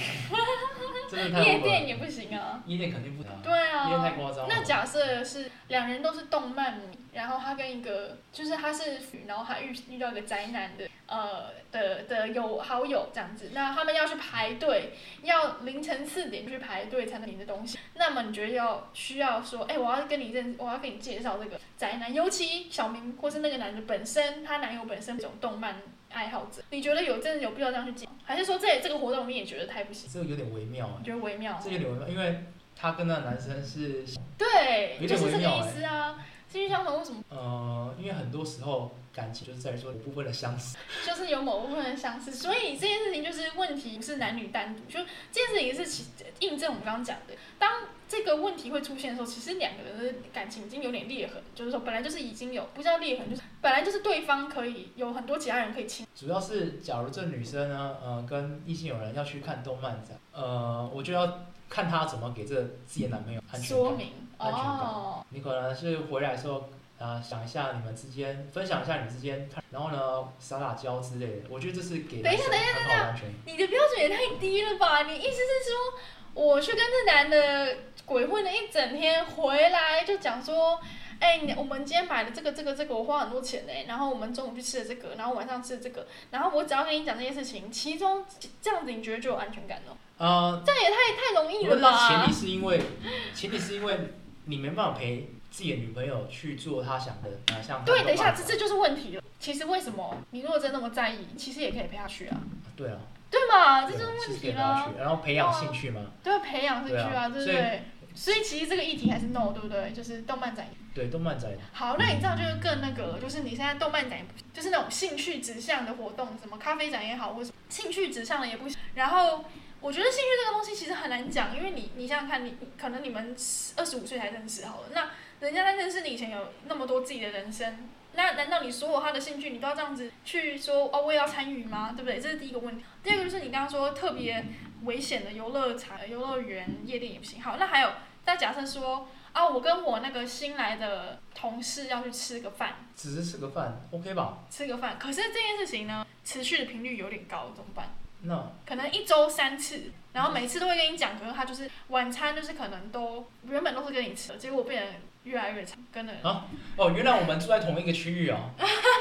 Speaker 2: 真的太
Speaker 1: 夜
Speaker 2: over，了
Speaker 1: 店也不行啊。
Speaker 2: 夜店肯定不行啊，
Speaker 1: 对啊。
Speaker 2: 夜店太夸张了
Speaker 1: 那，假设是两人都是动漫迷，然后他跟一个就是他是腐，然后他遇遇到一个宅男的呃的的友好友这样子，那他们要去排队，要凌晨四点去排队才能领的东西。那么你觉得要需要说，哎、我要跟你认，我要跟你介绍这个宅男，尤其小明或是那个男的本身，他男友本身这种动漫爱好者，你觉得有真的有必要这样去介绍，还是说这这个活动你也觉得太不行？
Speaker 2: 这个有点微妙啊
Speaker 1: 你，觉得微妙吗？
Speaker 2: 这个有点微妙，因为他跟那个男生是
Speaker 1: 对，
Speaker 2: 有点
Speaker 1: 就是这
Speaker 2: 微
Speaker 1: 个
Speaker 2: 妙
Speaker 1: 意
Speaker 2: 欸
Speaker 1: 思啊。继续相同为什么？
Speaker 2: 呃，因为很多时候感情就是在于说部分的相似，
Speaker 1: 就是有某部分的相似，所以这件事情就是问题不是男女单独，就这件事情是其印证我们刚刚讲的，当这个问题会出现的时候，其实两个人的感情已经有点裂痕，就是说本来就是已经有，不叫裂痕，就是本来就是对方可以有很多其他人可以亲。
Speaker 2: 主要是假如这女生呢，呃，跟异性友人要去看动漫展，呃，我就要看她怎么给这自己的男朋友安全
Speaker 1: 说
Speaker 2: 感。
Speaker 1: 明
Speaker 2: 安全感
Speaker 1: 哦，
Speaker 2: 你可能是回来的时候，啊、想一下你们之间，分享一下你们之间，然后呢撒撒娇之类的，我觉得这是给
Speaker 1: 等一下
Speaker 2: 男生很好的安全感。
Speaker 1: 你的标准也太低了吧？你意思是说，我去跟这男的鬼混了一整天，回来就讲说。哎、你我们今天买了这个这个这个，我花很多钱呢、然后我们中午去吃了这个，然后晚上吃了这个，然后我只要跟你讲这些事情，其中这样子你觉得就有安全感了？
Speaker 2: 呃，
Speaker 1: 这样也太太容易
Speaker 2: 不过
Speaker 1: 了吧？
Speaker 2: 前提是因为，前提是因为你没办法陪自己的女朋友去做她想的，啊、像
Speaker 1: 对，
Speaker 2: 看动漫
Speaker 1: 等一下，
Speaker 2: 展
Speaker 1: 这这就是问题了。其实为什么你如果真那么在意，其实也可以陪他去啊，
Speaker 2: 对啊，
Speaker 1: 对嘛？这
Speaker 2: 对
Speaker 1: 就
Speaker 2: 啊
Speaker 1: 是问
Speaker 2: 其实
Speaker 1: 题哦
Speaker 2: 可以陪她
Speaker 1: 啦
Speaker 2: 去，，然后培养兴趣嘛。
Speaker 1: 对，培养兴趣啊，对
Speaker 2: 对啊
Speaker 1: 不对？所以其实这个议题还是 no，对不对？就是动漫展。
Speaker 2: 对，动漫展
Speaker 1: 好，那你这样就是更那个了，就是你现在动漫展也不行，就是那种兴趣指向的活动，什么咖啡展也好，或者兴趣指向的也不行。然后我觉得兴趣这个东西其实很难讲，因为你你想想看，你你可能你们二十五岁才认识好了，那人家在认识你以前有那么多自己的人生，那难道你所有他的兴趣你都要这样子去说哦，我也要参与吗？对不对？这是第一个问题。第二个就是你刚刚说特别危险的游乐场、游乐园、夜店也不行。好，那还有，再假设说。啊，我跟我那个新来的同事要去吃个饭，
Speaker 2: 只是吃个饭，OK 吧？
Speaker 1: 吃个饭。可是这件事情呢，持续的频率有点高，怎么办？
Speaker 2: 那
Speaker 1: 可能一周三次，然后每次都会跟你讲，可是他就是晚餐就是可能都原本都是跟你吃的，结果变得越来越长，跟了。
Speaker 2: 啊哦，原来我们住在同一个区域哦。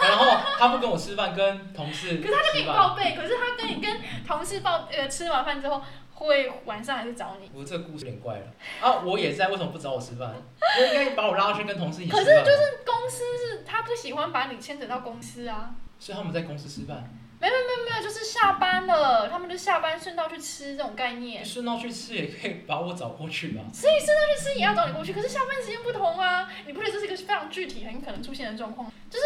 Speaker 2: 然后他不跟我吃饭，跟同事
Speaker 1: 可是他就跟
Speaker 2: 吃
Speaker 1: 你
Speaker 2: 饭。
Speaker 1: 报备，可是他跟你跟同事报呃吃完饭之后，会晚上还是找你。
Speaker 2: 我这个故事有点怪了啊！我也在，为什么不找我吃饭？就应该把我拉去跟同事一起吃
Speaker 1: 可
Speaker 2: 饭。
Speaker 1: 是就是公司是他不喜欢把你牵扯到公司啊，
Speaker 2: 所以他们在公司吃饭，
Speaker 1: 没有就是下班了，他们就下班顺道去吃这种概念。
Speaker 2: 顺道去吃也可以把我找过去吧。
Speaker 1: 所以圣诞律师也要找你过去，可是下班时间不同啊，你不觉得这是一个非常具体、很可能出现的状况？就是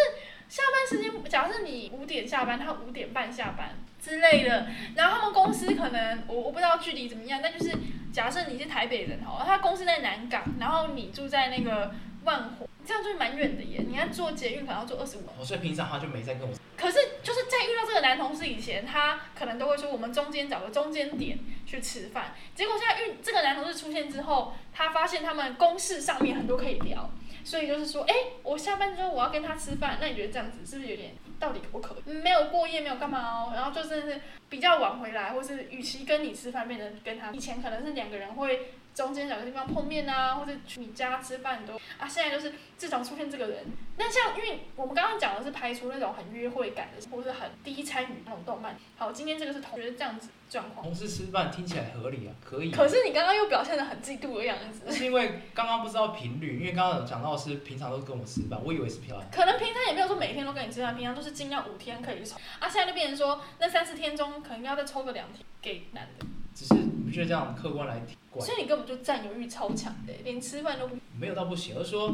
Speaker 1: 下班时间，假设你五点下班，他五点半下班之类的，然后他们公司可能我我不知道距离怎么样，但就是假设你是台北人好了，他公司在南港，然后你住在那个万华，这样就蛮远的耶，你要坐捷运可能要坐二十五
Speaker 2: 哦，所以平常他就没在跟我。
Speaker 1: 可是就是在遇到这个男同事以前，他可能都会说我们中间找个中间点去吃饭。结果现在遇这个男同事出现之后，他发现他们公事上面很多可以聊，所以就是说，哎、我下班之后我要跟他吃饭，那你觉得这样子是不是有点到底可不可以？没有过夜，没有干嘛哦，然后就真的是比较晚回来，或是与其跟你吃饭，变成跟他以前可能是两个人会。中间找个地方碰面啊，或者去你家吃饭都啊，现在就是自从出现这个人，那像因为我们刚刚讲的是排除那种很约会感的，或是很低参与那种动漫。好，今天这个是同学这样子状况，
Speaker 2: 同事吃饭听起来合理啊，可以。
Speaker 1: 可是你刚刚又表现的很嫉妒的样子，
Speaker 2: 是因为刚刚不知道频率，因为刚刚有讲到是平常都跟我吃饭，我以为是平常。
Speaker 1: 可能平常也没有说每天都跟你吃饭，平常都是尽量五天可以抽，啊，现在就变成说那三四天中可能要再抽个两天给男的，
Speaker 2: 只是你不觉得这样客观来挺怪？
Speaker 1: 所以你根本就占有欲超强的，欸连吃饭都不。
Speaker 2: 没有到不行，而是说，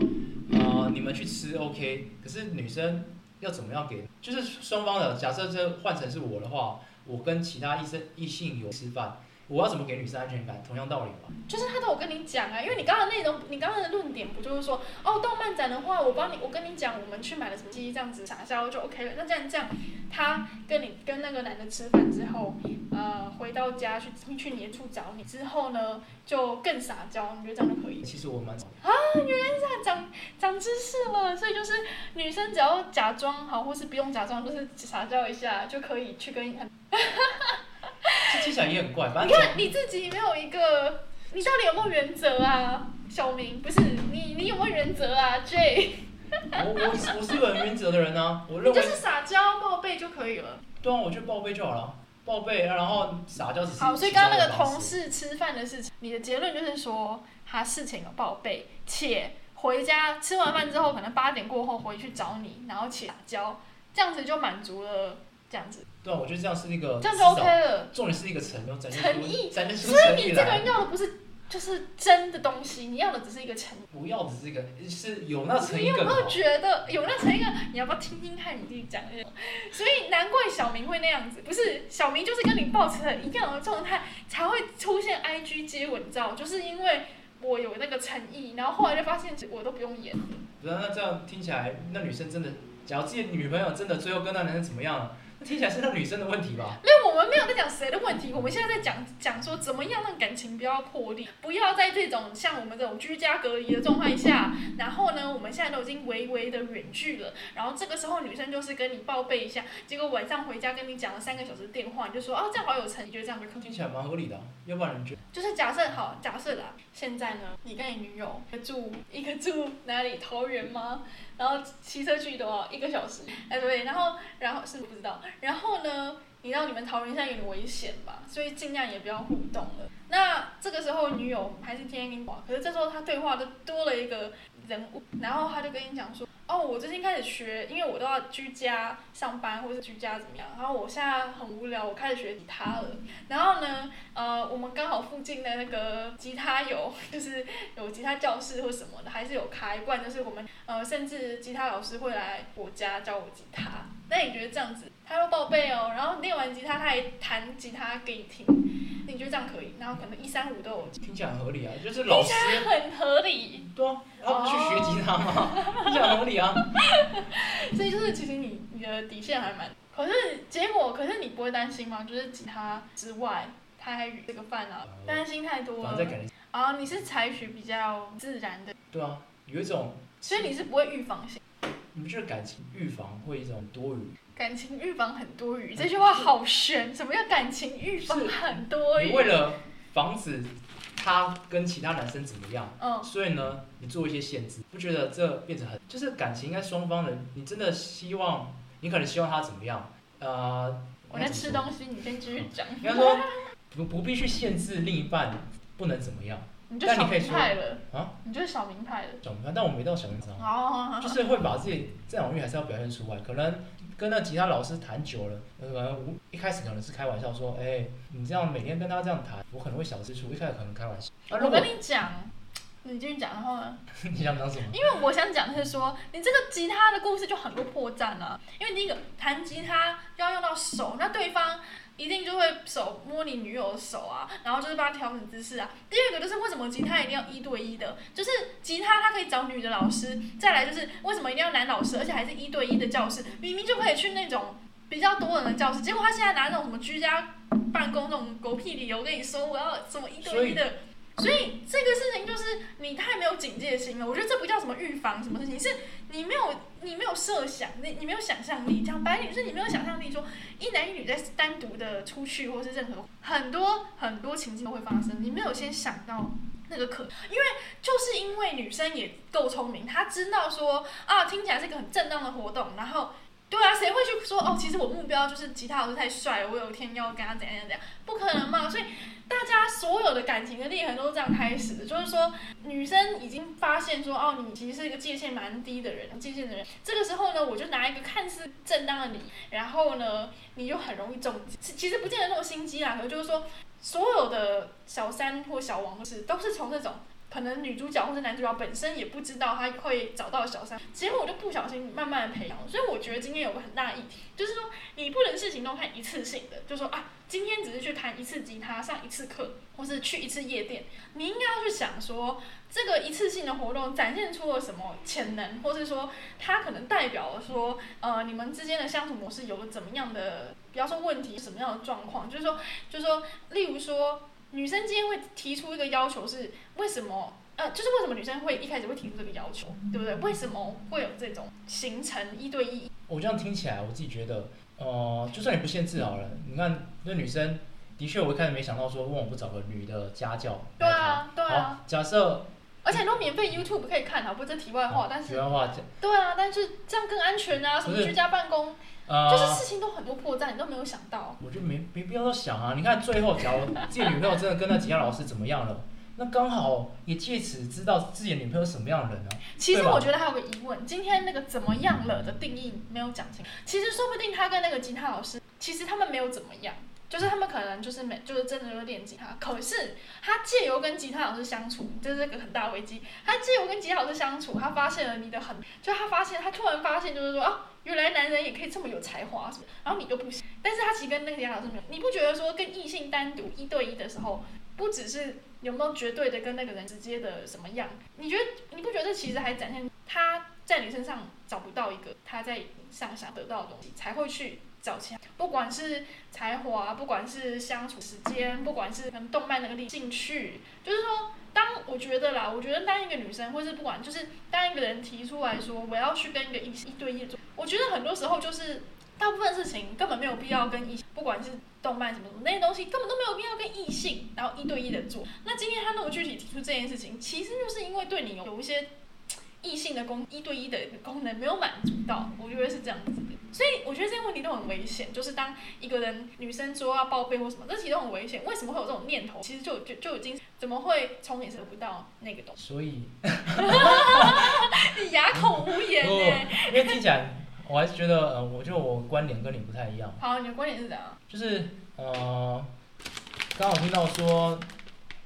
Speaker 2: 呃，你们去吃 OK，可是女生要怎么样给？就是双方的，假设这换成是我的话，我跟其他异生异性有吃饭，我要怎么给女生安全感？同样道理吧。
Speaker 1: 就是他都有跟你讲啊，因为你刚刚的内容，你刚刚的论点不就是说，哦，动漫展的话，我帮你，我跟你讲，我们去买了什么鸡，这样子傻笑就 OK 了。那这样这样，他跟你跟那个男的吃饭之后，呃，回到家去去你的处找你之后呢，就更撒娇，你觉得这样就可以？
Speaker 2: 其实我蛮
Speaker 1: 那长长知识了，所以就是女生只要假装好，或是不用假装，就是撒娇一下就可以去跟。
Speaker 2: 这听起来也很怪，反
Speaker 1: 你
Speaker 2: 正
Speaker 1: 看你自己没有一个，你到底有没有原则啊？小明，不是你，你有没有原则啊？J，
Speaker 2: 我我我是有原则的人啊，我
Speaker 1: 你
Speaker 2: 认
Speaker 1: 就
Speaker 2: 为
Speaker 1: 是撒娇报备就可以了。
Speaker 2: 对啊，我就报备就好了，报备，啊然后撒娇只是
Speaker 1: 好，所以
Speaker 2: 其中
Speaker 1: 刚刚
Speaker 2: 一
Speaker 1: 那个
Speaker 2: 方式
Speaker 1: 同事吃饭的事情，你的结论就是说他事情有报备，且回家吃完饭之后，可能八点过后回去找你，然后且撒娇，这样子就满足了，这样子，
Speaker 2: 对啊，我觉得这样是一个
Speaker 1: 这样
Speaker 2: 至
Speaker 1: 就
Speaker 2: 少
Speaker 1: OK 了。
Speaker 2: 重点是一个诚意，展现
Speaker 1: 诚
Speaker 2: 出
Speaker 1: 意
Speaker 2: 展现出
Speaker 1: 所以
Speaker 2: 诚
Speaker 1: 你
Speaker 2: 意
Speaker 1: 这个
Speaker 2: 来。啊
Speaker 1: 要的不是就是真的东西，你要的只是一个诚意。
Speaker 2: 不要只是一个，是有那诚
Speaker 1: 你
Speaker 2: 意
Speaker 1: 有
Speaker 2: 更
Speaker 1: 没
Speaker 2: 好
Speaker 1: 有。觉得有那成一个？你要不要听听看你自己讲的？所以难怪小明会那样子，不是小明就是跟你保持一样的状态才会出现 IG 接吻照，就是因为我有那个诚意，然后后来就发现我都不用演，
Speaker 2: 不是啊，那这样听起来，那女生真的，假如自己的女朋友真的最后跟那男生怎么样了，那听起来是那女生的问题吧？
Speaker 1: 没有，我们没有在讲谁的问题，我们现在在讲讲说怎么样让感情不要破裂，不要在这种像我们这种居家隔离的状态下，然后呢，我们现在都已经微微的远距了，然后这个时候女生就是跟你报备一下，结果晚上回家跟你讲了三个小时电话，你就说啊这样好有诚意，就这样就可以。
Speaker 2: 听起来蛮合理的啊、要不然你觉得
Speaker 1: 就是假设好，假设啦，现在呢，你跟你女友住一个住哪里桃园吗？然后骑车去多少一个小时？ 哎对，然后然后是不知道，然后呢，你知道你们桃园现在有点危险吧，所以尽量也不要互动了。那这个时候女友还是天天跟你讲，可是这时候她对话就多了一个人物，然后她就跟你讲说。哦，我最近开始学，因为我都要居家上班或是居家怎么样，然后我现在很无聊，我开始学吉他了。然后呢，呃，我们刚好附近的那个吉他有， 就是有吉他教室或什么的，还是有开，不然就是我们呃，甚至吉他老师会来我家教我吉他。那你觉得这样子，他会报备哦，然后练完吉他他还弹吉他给你听，你觉得这样可以？然后可能一三五都有，
Speaker 2: 听起来很合理啊，就是老师
Speaker 1: 这很合理。
Speaker 2: 对啊，他不去学吉他吗？ 听起来很合理啊。
Speaker 1: 所以就是其实你你的底线还蛮，可是结果可是你不会担心吗？就是吉他之外，他还有这个饭啊，担心太多
Speaker 2: 哦反正在
Speaker 1: 了。
Speaker 2: 感情，
Speaker 1: 啊，你是采取比较自然的，
Speaker 2: 对啊，有一种
Speaker 1: 所以你是不会预防性。
Speaker 2: 你不觉得感情预防会一种多余？
Speaker 1: 感情预防很多
Speaker 2: 嗯
Speaker 1: 余，这句话好悬。什么叫感情预防
Speaker 2: 是
Speaker 1: 很多
Speaker 2: 你为
Speaker 1: 余？
Speaker 2: 了防止他跟其他男生怎么样，
Speaker 1: 嗯，
Speaker 2: 所以呢，你做一些限制，不觉得这变成很就是感情应该双方的，你真的希望你可能希望他怎么样？呃，
Speaker 1: 我在
Speaker 2: 该怎么
Speaker 1: 吃
Speaker 2: 说
Speaker 1: 东西，你先继续讲。
Speaker 2: 应该说不不必去限制另一半不能怎么样
Speaker 1: 你就
Speaker 2: 但你
Speaker 1: 小
Speaker 2: 可以
Speaker 1: 明
Speaker 2: 说
Speaker 1: 派了，
Speaker 2: 啊，
Speaker 1: 你就是小明派了。
Speaker 2: 小明派，但我没到小明章，
Speaker 1: 哦，
Speaker 2: 就是会把自己这种欲还是要表现出来，可能。跟那吉他老师谈久了，呃，可能无一开始可能是开玩笑说，哎、你这样每天跟他这样谈，我可能会小吃醋。一开始可能开玩笑，那、
Speaker 1: 我
Speaker 2: 如果
Speaker 1: 跟你讲，你继续讲，然后呢？
Speaker 2: 你想讲什么？
Speaker 1: 因为我想讲的是说，你这个吉他的故事就很多破绽啊。因为第一个弹吉他要用到手，那对方一定就会手摸你女友的手啊，然后就是帮她调整姿势啊。第二个就是为什么吉他一定要一对一的，就是吉他它可以找女的老师，再来就是为什么一定要男老师，而且还是一对一的教室，明明就可以去那种比较多人的教室，结果他现在拿那种什么居家办公那种狗屁理由跟你说我要什么一
Speaker 2: 所
Speaker 1: 对
Speaker 2: 以
Speaker 1: 一的。所以这个事情就是你太没有警戒心了，我觉得这不叫什么预防什么事情，是你没有你没有设想，你你没有想象力。讲白点就是你没有想象力，说一男一女在单独的出去或是任何很多很多情境都会发生，你没有先想到那个可能，因为就是因为女生也够聪明，她知道说啊，听起来是一个很正当的活动，然后。对啊，谁会去说哦？其实我目标就是吉他老师太帅了，我有一天要跟他怎样怎样，不可能嘛！所以大家所有的感情的裂痕都是这样开始的，就是说女生已经发现说哦，你其实是一个界限蛮低的人，界限的人。这个时候呢，我就拿一个看似正当的理，然后呢，你就很容易中计。其其实不见得那么心机啦，可能就是说所有的小三或小王都是都是从那种可能女主角或者男主角本身也不知道他会找到小三，结果我就不小心慢慢的培养了。所以我觉得今天有个很大的议题，就是说你不能事情都看一次性的，就说啊，今天只是去弹一次吉他、上一次课，或是去一次夜店，你应该要去想说这个一次性的活动展现出了什么潜能，或是说它可能代表了说呃你们之间的相处模式有了怎么样的，比方说问题什么样的状况，就是说就是说，例如说。女生今天会提出一个要求是为什么？呃，就是为什么女生会一开始会提出这个要求，对不对？为什么会有这种形成一对一？
Speaker 2: 我这样听起来，我自己觉得，呃，就算你不限制好了，你看那女生，的确我一开始没想到说，问我不找个女的家教
Speaker 1: 对
Speaker 2: 来
Speaker 1: 啊，对
Speaker 2: 谈。
Speaker 1: 啊，
Speaker 2: 好，假设
Speaker 1: 而且都免费 YouTube 可以看啊，不是这题外话，但
Speaker 2: 题
Speaker 1: 是
Speaker 2: 外话，
Speaker 1: 对啊，但是这样更安全啊，什么
Speaker 2: 不是
Speaker 1: 居家办公，
Speaker 2: 呃，
Speaker 1: 就是事情都很多破绽，你都没有想到。
Speaker 2: 我就没没必要想啊。你看最后，假如自己女朋友真的跟那吉他老师怎么样了，那刚好也借此知道自己的女朋友是什么样的人啊。
Speaker 1: 其实
Speaker 2: 对吧
Speaker 1: 我觉得还有个疑问，今天那个怎么样了的定义没有讲清。其实说不定他跟那个吉他老师，其实他们没有怎么样，就是他们可能就是没，就是真的有练吉他。可是他借由跟吉他老师相处，这是个很大的危机。他借由跟吉他老师相处，他发现了你的很，就他发现他突然发现就是说啊，原来男人也可以这么有才华什么，然后你就不行。但是他其实跟那个吉他老师没有，你不觉得说跟异性单独一对一的时候，不只是有没有绝对的跟那个人直接的什么样，你觉得你不觉得这其实还展现他在你身上找不到一个他在你上想得到的东西，才会去找其他，不管是才华，不管是相处时间，不管是可能动漫能力、兴趣，就是说，当我觉得啦，我觉得当一个女生，或是不管就是当一个人提出来说我要去跟一个异性一对一做，我觉得很多时候就是大部分事情根本没有必要跟异性，不管是动漫什么什么那些东西，根本都没有必要跟异性然后一对一的做。那今天他那么具体提出这件事情，其实就是因为对你有有一些异性的功一对一的功能没有满足到，我觉得是这样子的。所以我觉得这些问题都很危险，就是当一个人女生说要报备或什么，这其实都很危险。为什么会有这种念头？其实就就就已经怎么会从你身上得不到那个东
Speaker 2: 所以
Speaker 1: 西？你哑口无言呢、
Speaker 2: 哦 因为听起来，我还是觉得，呃，我觉得我观点跟你不太一样，
Speaker 1: 好，你的观点是怎样？
Speaker 2: 就是呃，刚刚我听到说，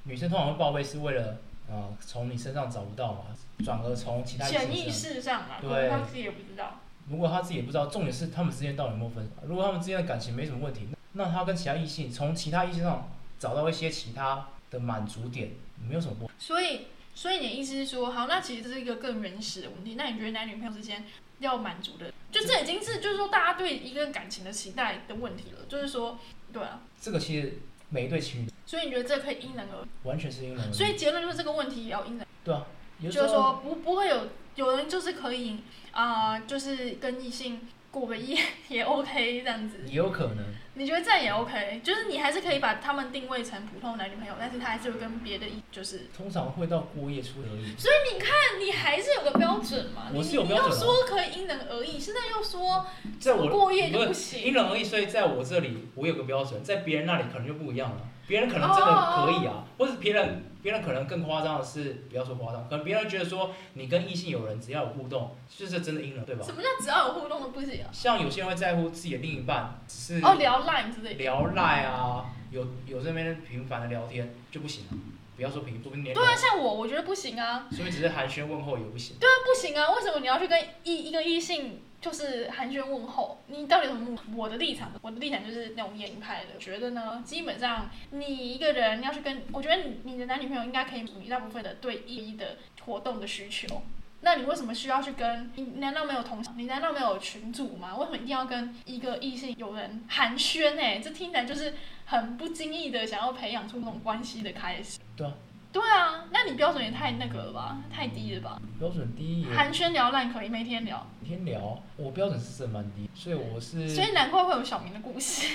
Speaker 2: 女生通常会报备是为了呃从你身上找不到嘛，转而从其他异性
Speaker 1: 潜
Speaker 2: 身
Speaker 1: 意
Speaker 2: 上
Speaker 1: 识上啊，可
Speaker 2: 对
Speaker 1: 能他自己也不知道。
Speaker 2: 如果他自己也不知道，重点是他们之间到底有没有分手。如果他们之间的感情没什么问题，那他跟其他异性从其他异性上找到一些其他的满足点，没有什么不好。
Speaker 1: 所以，所以你的意思是说，好，那其实这是一个更原始的问题。那你觉得男女朋友之间要满足的，就这已经是就是说大家对一个感情的期待的问题了，就是说，对啊。
Speaker 2: 这个其实每一对情侣
Speaker 1: 所以你觉得这可以因人而异，
Speaker 2: 完全是因人而异。
Speaker 1: 所以结论就是这个问题也要因人，
Speaker 2: 对啊，有
Speaker 1: 就
Speaker 2: 时候
Speaker 1: 是说不不会有有人就是可以啊、就是跟异性过个夜也 OK 这样子。
Speaker 2: 也有可能，
Speaker 1: 你觉得这样也 OK，就是你还是可以把他们定位成普通男女朋友，但是他还是会跟别的异就是
Speaker 2: 通常会到过夜出而已。
Speaker 1: 所以你看，你还是有个标准嘛。你
Speaker 2: 我是有标准
Speaker 1: 你
Speaker 2: 啊
Speaker 1: 又说可以因人而异，现在又说
Speaker 2: 在我
Speaker 1: 过夜就不
Speaker 2: 不是因
Speaker 1: 行。
Speaker 2: 人而异，所以在我这里我有个标准，在别人那里可能就不一样了。别人可能真的可以
Speaker 1: 哦
Speaker 2: 啊，或者别人别人可能更夸张的是，不要说夸张，可能别人觉得说你跟异性有人只要有互动，就是真的因人，对吧？
Speaker 1: 什么叫只要有互动的不行啊？
Speaker 2: 像有些人会在乎自己的另一半，只是
Speaker 1: 哦，聊 Line 之类的。
Speaker 2: 聊赖啊，有有这边频繁的聊天就不行了、不要说频，说不定连
Speaker 1: 对啊，像我，我觉得不行啊。
Speaker 2: 所以只是寒暄问候也不行。
Speaker 1: 对啊，不行啊。为什么你要去跟异一个异性就是寒暄问候？你到底有什么目的？我的立场，我的立场就是那种演派的，觉得呢，基本上你一个人要去跟，我觉得你你的男女朋友应该可以满足你大部分的对一一的活动的需求。那你为什么需要去跟？你难道没有同？你难道没有群主吗？为什么一定要跟一个异性有人寒暄、欸？这听起来就是很不经意的想要培养出那种关系的开始。
Speaker 2: 对啊。
Speaker 1: 对啊，那你标准也太那个了吧，太低了吧？
Speaker 2: 标准低也
Speaker 1: 寒暄聊烂可以，每天聊，
Speaker 2: 每天聊，我标准是真的蛮低，所以我是
Speaker 1: 所以难怪会有小明的故事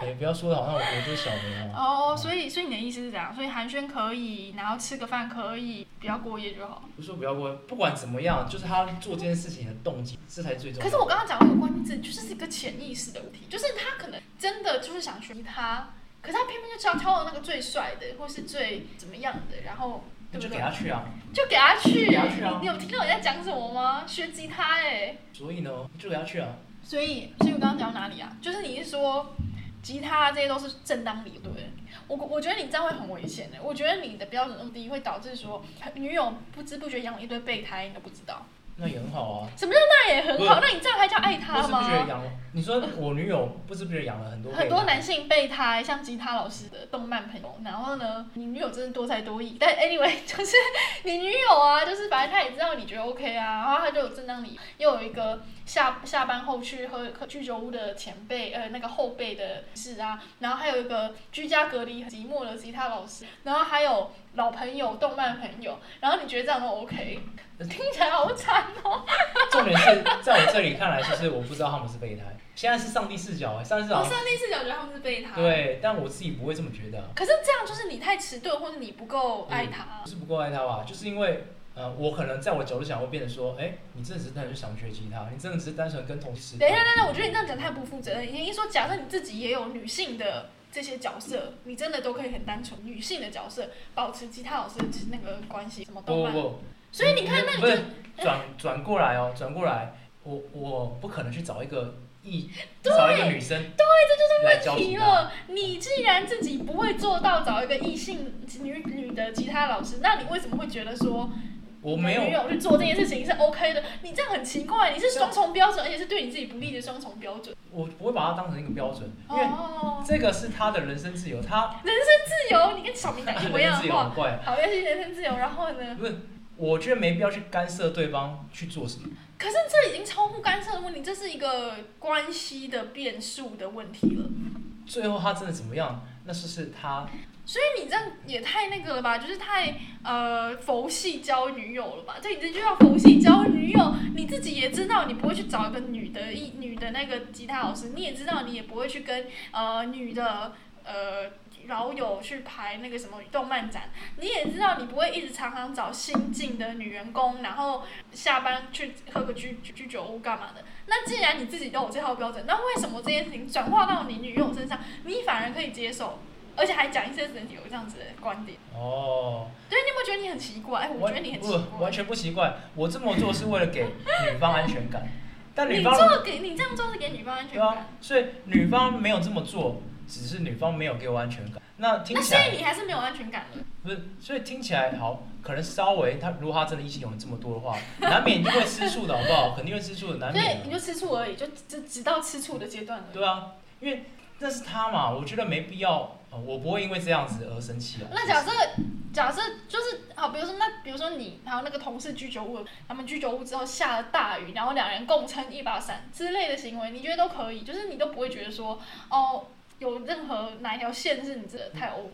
Speaker 2: 哎、不要说的好像我我就是小明 啊，
Speaker 1: 哦。所以，所以你的意思是这样，所以寒暄可以，然后吃个饭可以，不要过夜就好。
Speaker 2: 不是说不要过，不管怎么样，就是他做这件事情的动机，这才最重要。
Speaker 1: 可是我刚刚讲到一个关键字，就是是一个潜意识的问题，就是他可能真的就是想学他，可是他偏偏就要挑了那个最帅的，或是最怎么样的，然后
Speaker 2: 那
Speaker 1: 对
Speaker 2: 就
Speaker 1: 不
Speaker 2: 给
Speaker 1: 对？
Speaker 2: 他去啊，
Speaker 1: 就给他去，
Speaker 2: 给他去啊
Speaker 1: 你你有听到我在讲什么吗？学吉他哎、
Speaker 2: 所以呢，就给他去啊，
Speaker 1: 所以，所以我刚刚讲到哪里啊？就是你是说吉他这些都是正当理由，对不对？我我觉得你这样会很危险的。欸我觉得你的标准那么低，会导致说女友不知不觉养了一堆备胎，你都不知道。
Speaker 2: 那也很好啊。
Speaker 1: 什么叫那也很好？
Speaker 2: 不
Speaker 1: 那你这样还叫爱
Speaker 2: 不
Speaker 1: 他
Speaker 2: 知不觉
Speaker 1: 吗？
Speaker 2: 养了，你说我女友不知不觉养了很多
Speaker 1: 很
Speaker 2: 备
Speaker 1: 多
Speaker 2: 胎
Speaker 1: 男性备胎，像吉他老师的动漫朋友，然后呢，你女友真是多才多艺，但 anyway 就是你女友啊，就是反正她也知道你觉得 OK 啊，然后她就有正当理由，又有一个下下班后去喝喝居酒屋的前辈，呃，那个后辈的事啊，然后还有一个居家隔离很寂寞的吉他老师，然后还有老朋友、动漫朋友，然后你觉得这样都 OK，听起 来好惨哦。
Speaker 2: 重点是在我这里看来，就是我不知道他们是备胎。现在是上帝视角、欸，上帝视
Speaker 1: 我
Speaker 2: 角
Speaker 1: 上帝视角觉得他们是啊备胎，。
Speaker 2: 对，但我自己不会这么觉得啊，
Speaker 1: 可是这样就是你太迟钝，或者你不够爱他、啊
Speaker 2: 不是不够爱他吧？就是因为呃，我可能在我的角度想，会变得说，哎、你真的只是单纯想学吉他，你真的只是单纯跟同事。
Speaker 1: 等一下，等一下，我觉得你这样讲太不负责任。你一说，假设你自己也有女性的这些角色，你真的都可以很单纯，女性的角色保持吉他老师的那个关系，什么动
Speaker 2: 不不
Speaker 1: 漫。
Speaker 2: 不，
Speaker 1: 所以你看，那你
Speaker 2: 不是
Speaker 1: 就
Speaker 2: 转转过来哦，转过来，我我不可能去找一个异，找一个女生，对，这
Speaker 1: 问题了。你既然自己不会做到找一个异性女女的吉他老师，那你为什么会觉得说
Speaker 2: 我没有
Speaker 1: 女友去做这件事情是 OK 的，你这样很奇怪，你是双重标准，而且是对你自己不利的双重标准。
Speaker 2: 我不会把它当成一个标准，因为
Speaker 1: 哦，
Speaker 2: 这个是他的人生自由，他
Speaker 1: 人身自由，你跟小明讲一模一
Speaker 2: 人
Speaker 1: 样的
Speaker 2: 生自由很
Speaker 1: 话，
Speaker 2: 怪，
Speaker 1: 好，要去人身自由，然后呢？
Speaker 2: 不是，我觉得没必要去干涉对方去做什么。
Speaker 1: 可是这已经超乎干涉的问题，这是一个关系的变数的问题了。
Speaker 2: 最后他真的怎么样，那是是他
Speaker 1: 所以你这样也太那个了吧，就是太呃佛系交女友了吧？这你就叫佛系交女友，你自己也知道，你不会去找一个女的一女的那个吉他老师，你也知道，你也不会去跟呃女的呃老友去排那个什么动漫展，你也知道，你不会一直常常找新进的女员工，然后下班去喝个居居居酒屋干嘛的。那既然你自己都有这套标准，那为什么这件事情转化到你女友身上，你反而可以接受？而且还讲一些人有这样子的观点，
Speaker 2: 哦，
Speaker 1: 对你有没有觉得你很奇怪？哎我
Speaker 2: 完
Speaker 1: 觉得你很奇
Speaker 2: 不
Speaker 1: 怪
Speaker 2: 完。全不奇怪，我这么做是为了给女方安全感，但女
Speaker 1: 你
Speaker 2: 方
Speaker 1: 做给你这样做是给女方安全
Speaker 2: 对
Speaker 1: 感
Speaker 2: 啊，，所以女方没有这么做，只是女方没有给我安全感。那啊听
Speaker 1: 那
Speaker 2: 起
Speaker 1: 所
Speaker 2: 来
Speaker 1: 以你还是没有安全感了。
Speaker 2: 不是，所以听起来好，可能稍微他如果他真的异性有这么多的 话，难免就会吃醋的好不好？肯定会吃醋的，难
Speaker 1: 所以
Speaker 2: 免
Speaker 1: 你就
Speaker 2: 的。
Speaker 1: 吃醋而已，就就直到吃醋的阶段而已。
Speaker 2: 对啊，因为那是他嘛，我觉得没必要，呃我不会因为这样子而生气啊。
Speaker 1: 那假设假设就是好，比如说那比如说你还有那个同事居酒屋，他们居酒屋之后下了大雨，然后两人共撑一把伞之类的行为，你觉得都可以，就是你都不会觉得说哦有任何哪一条线是你这太 over，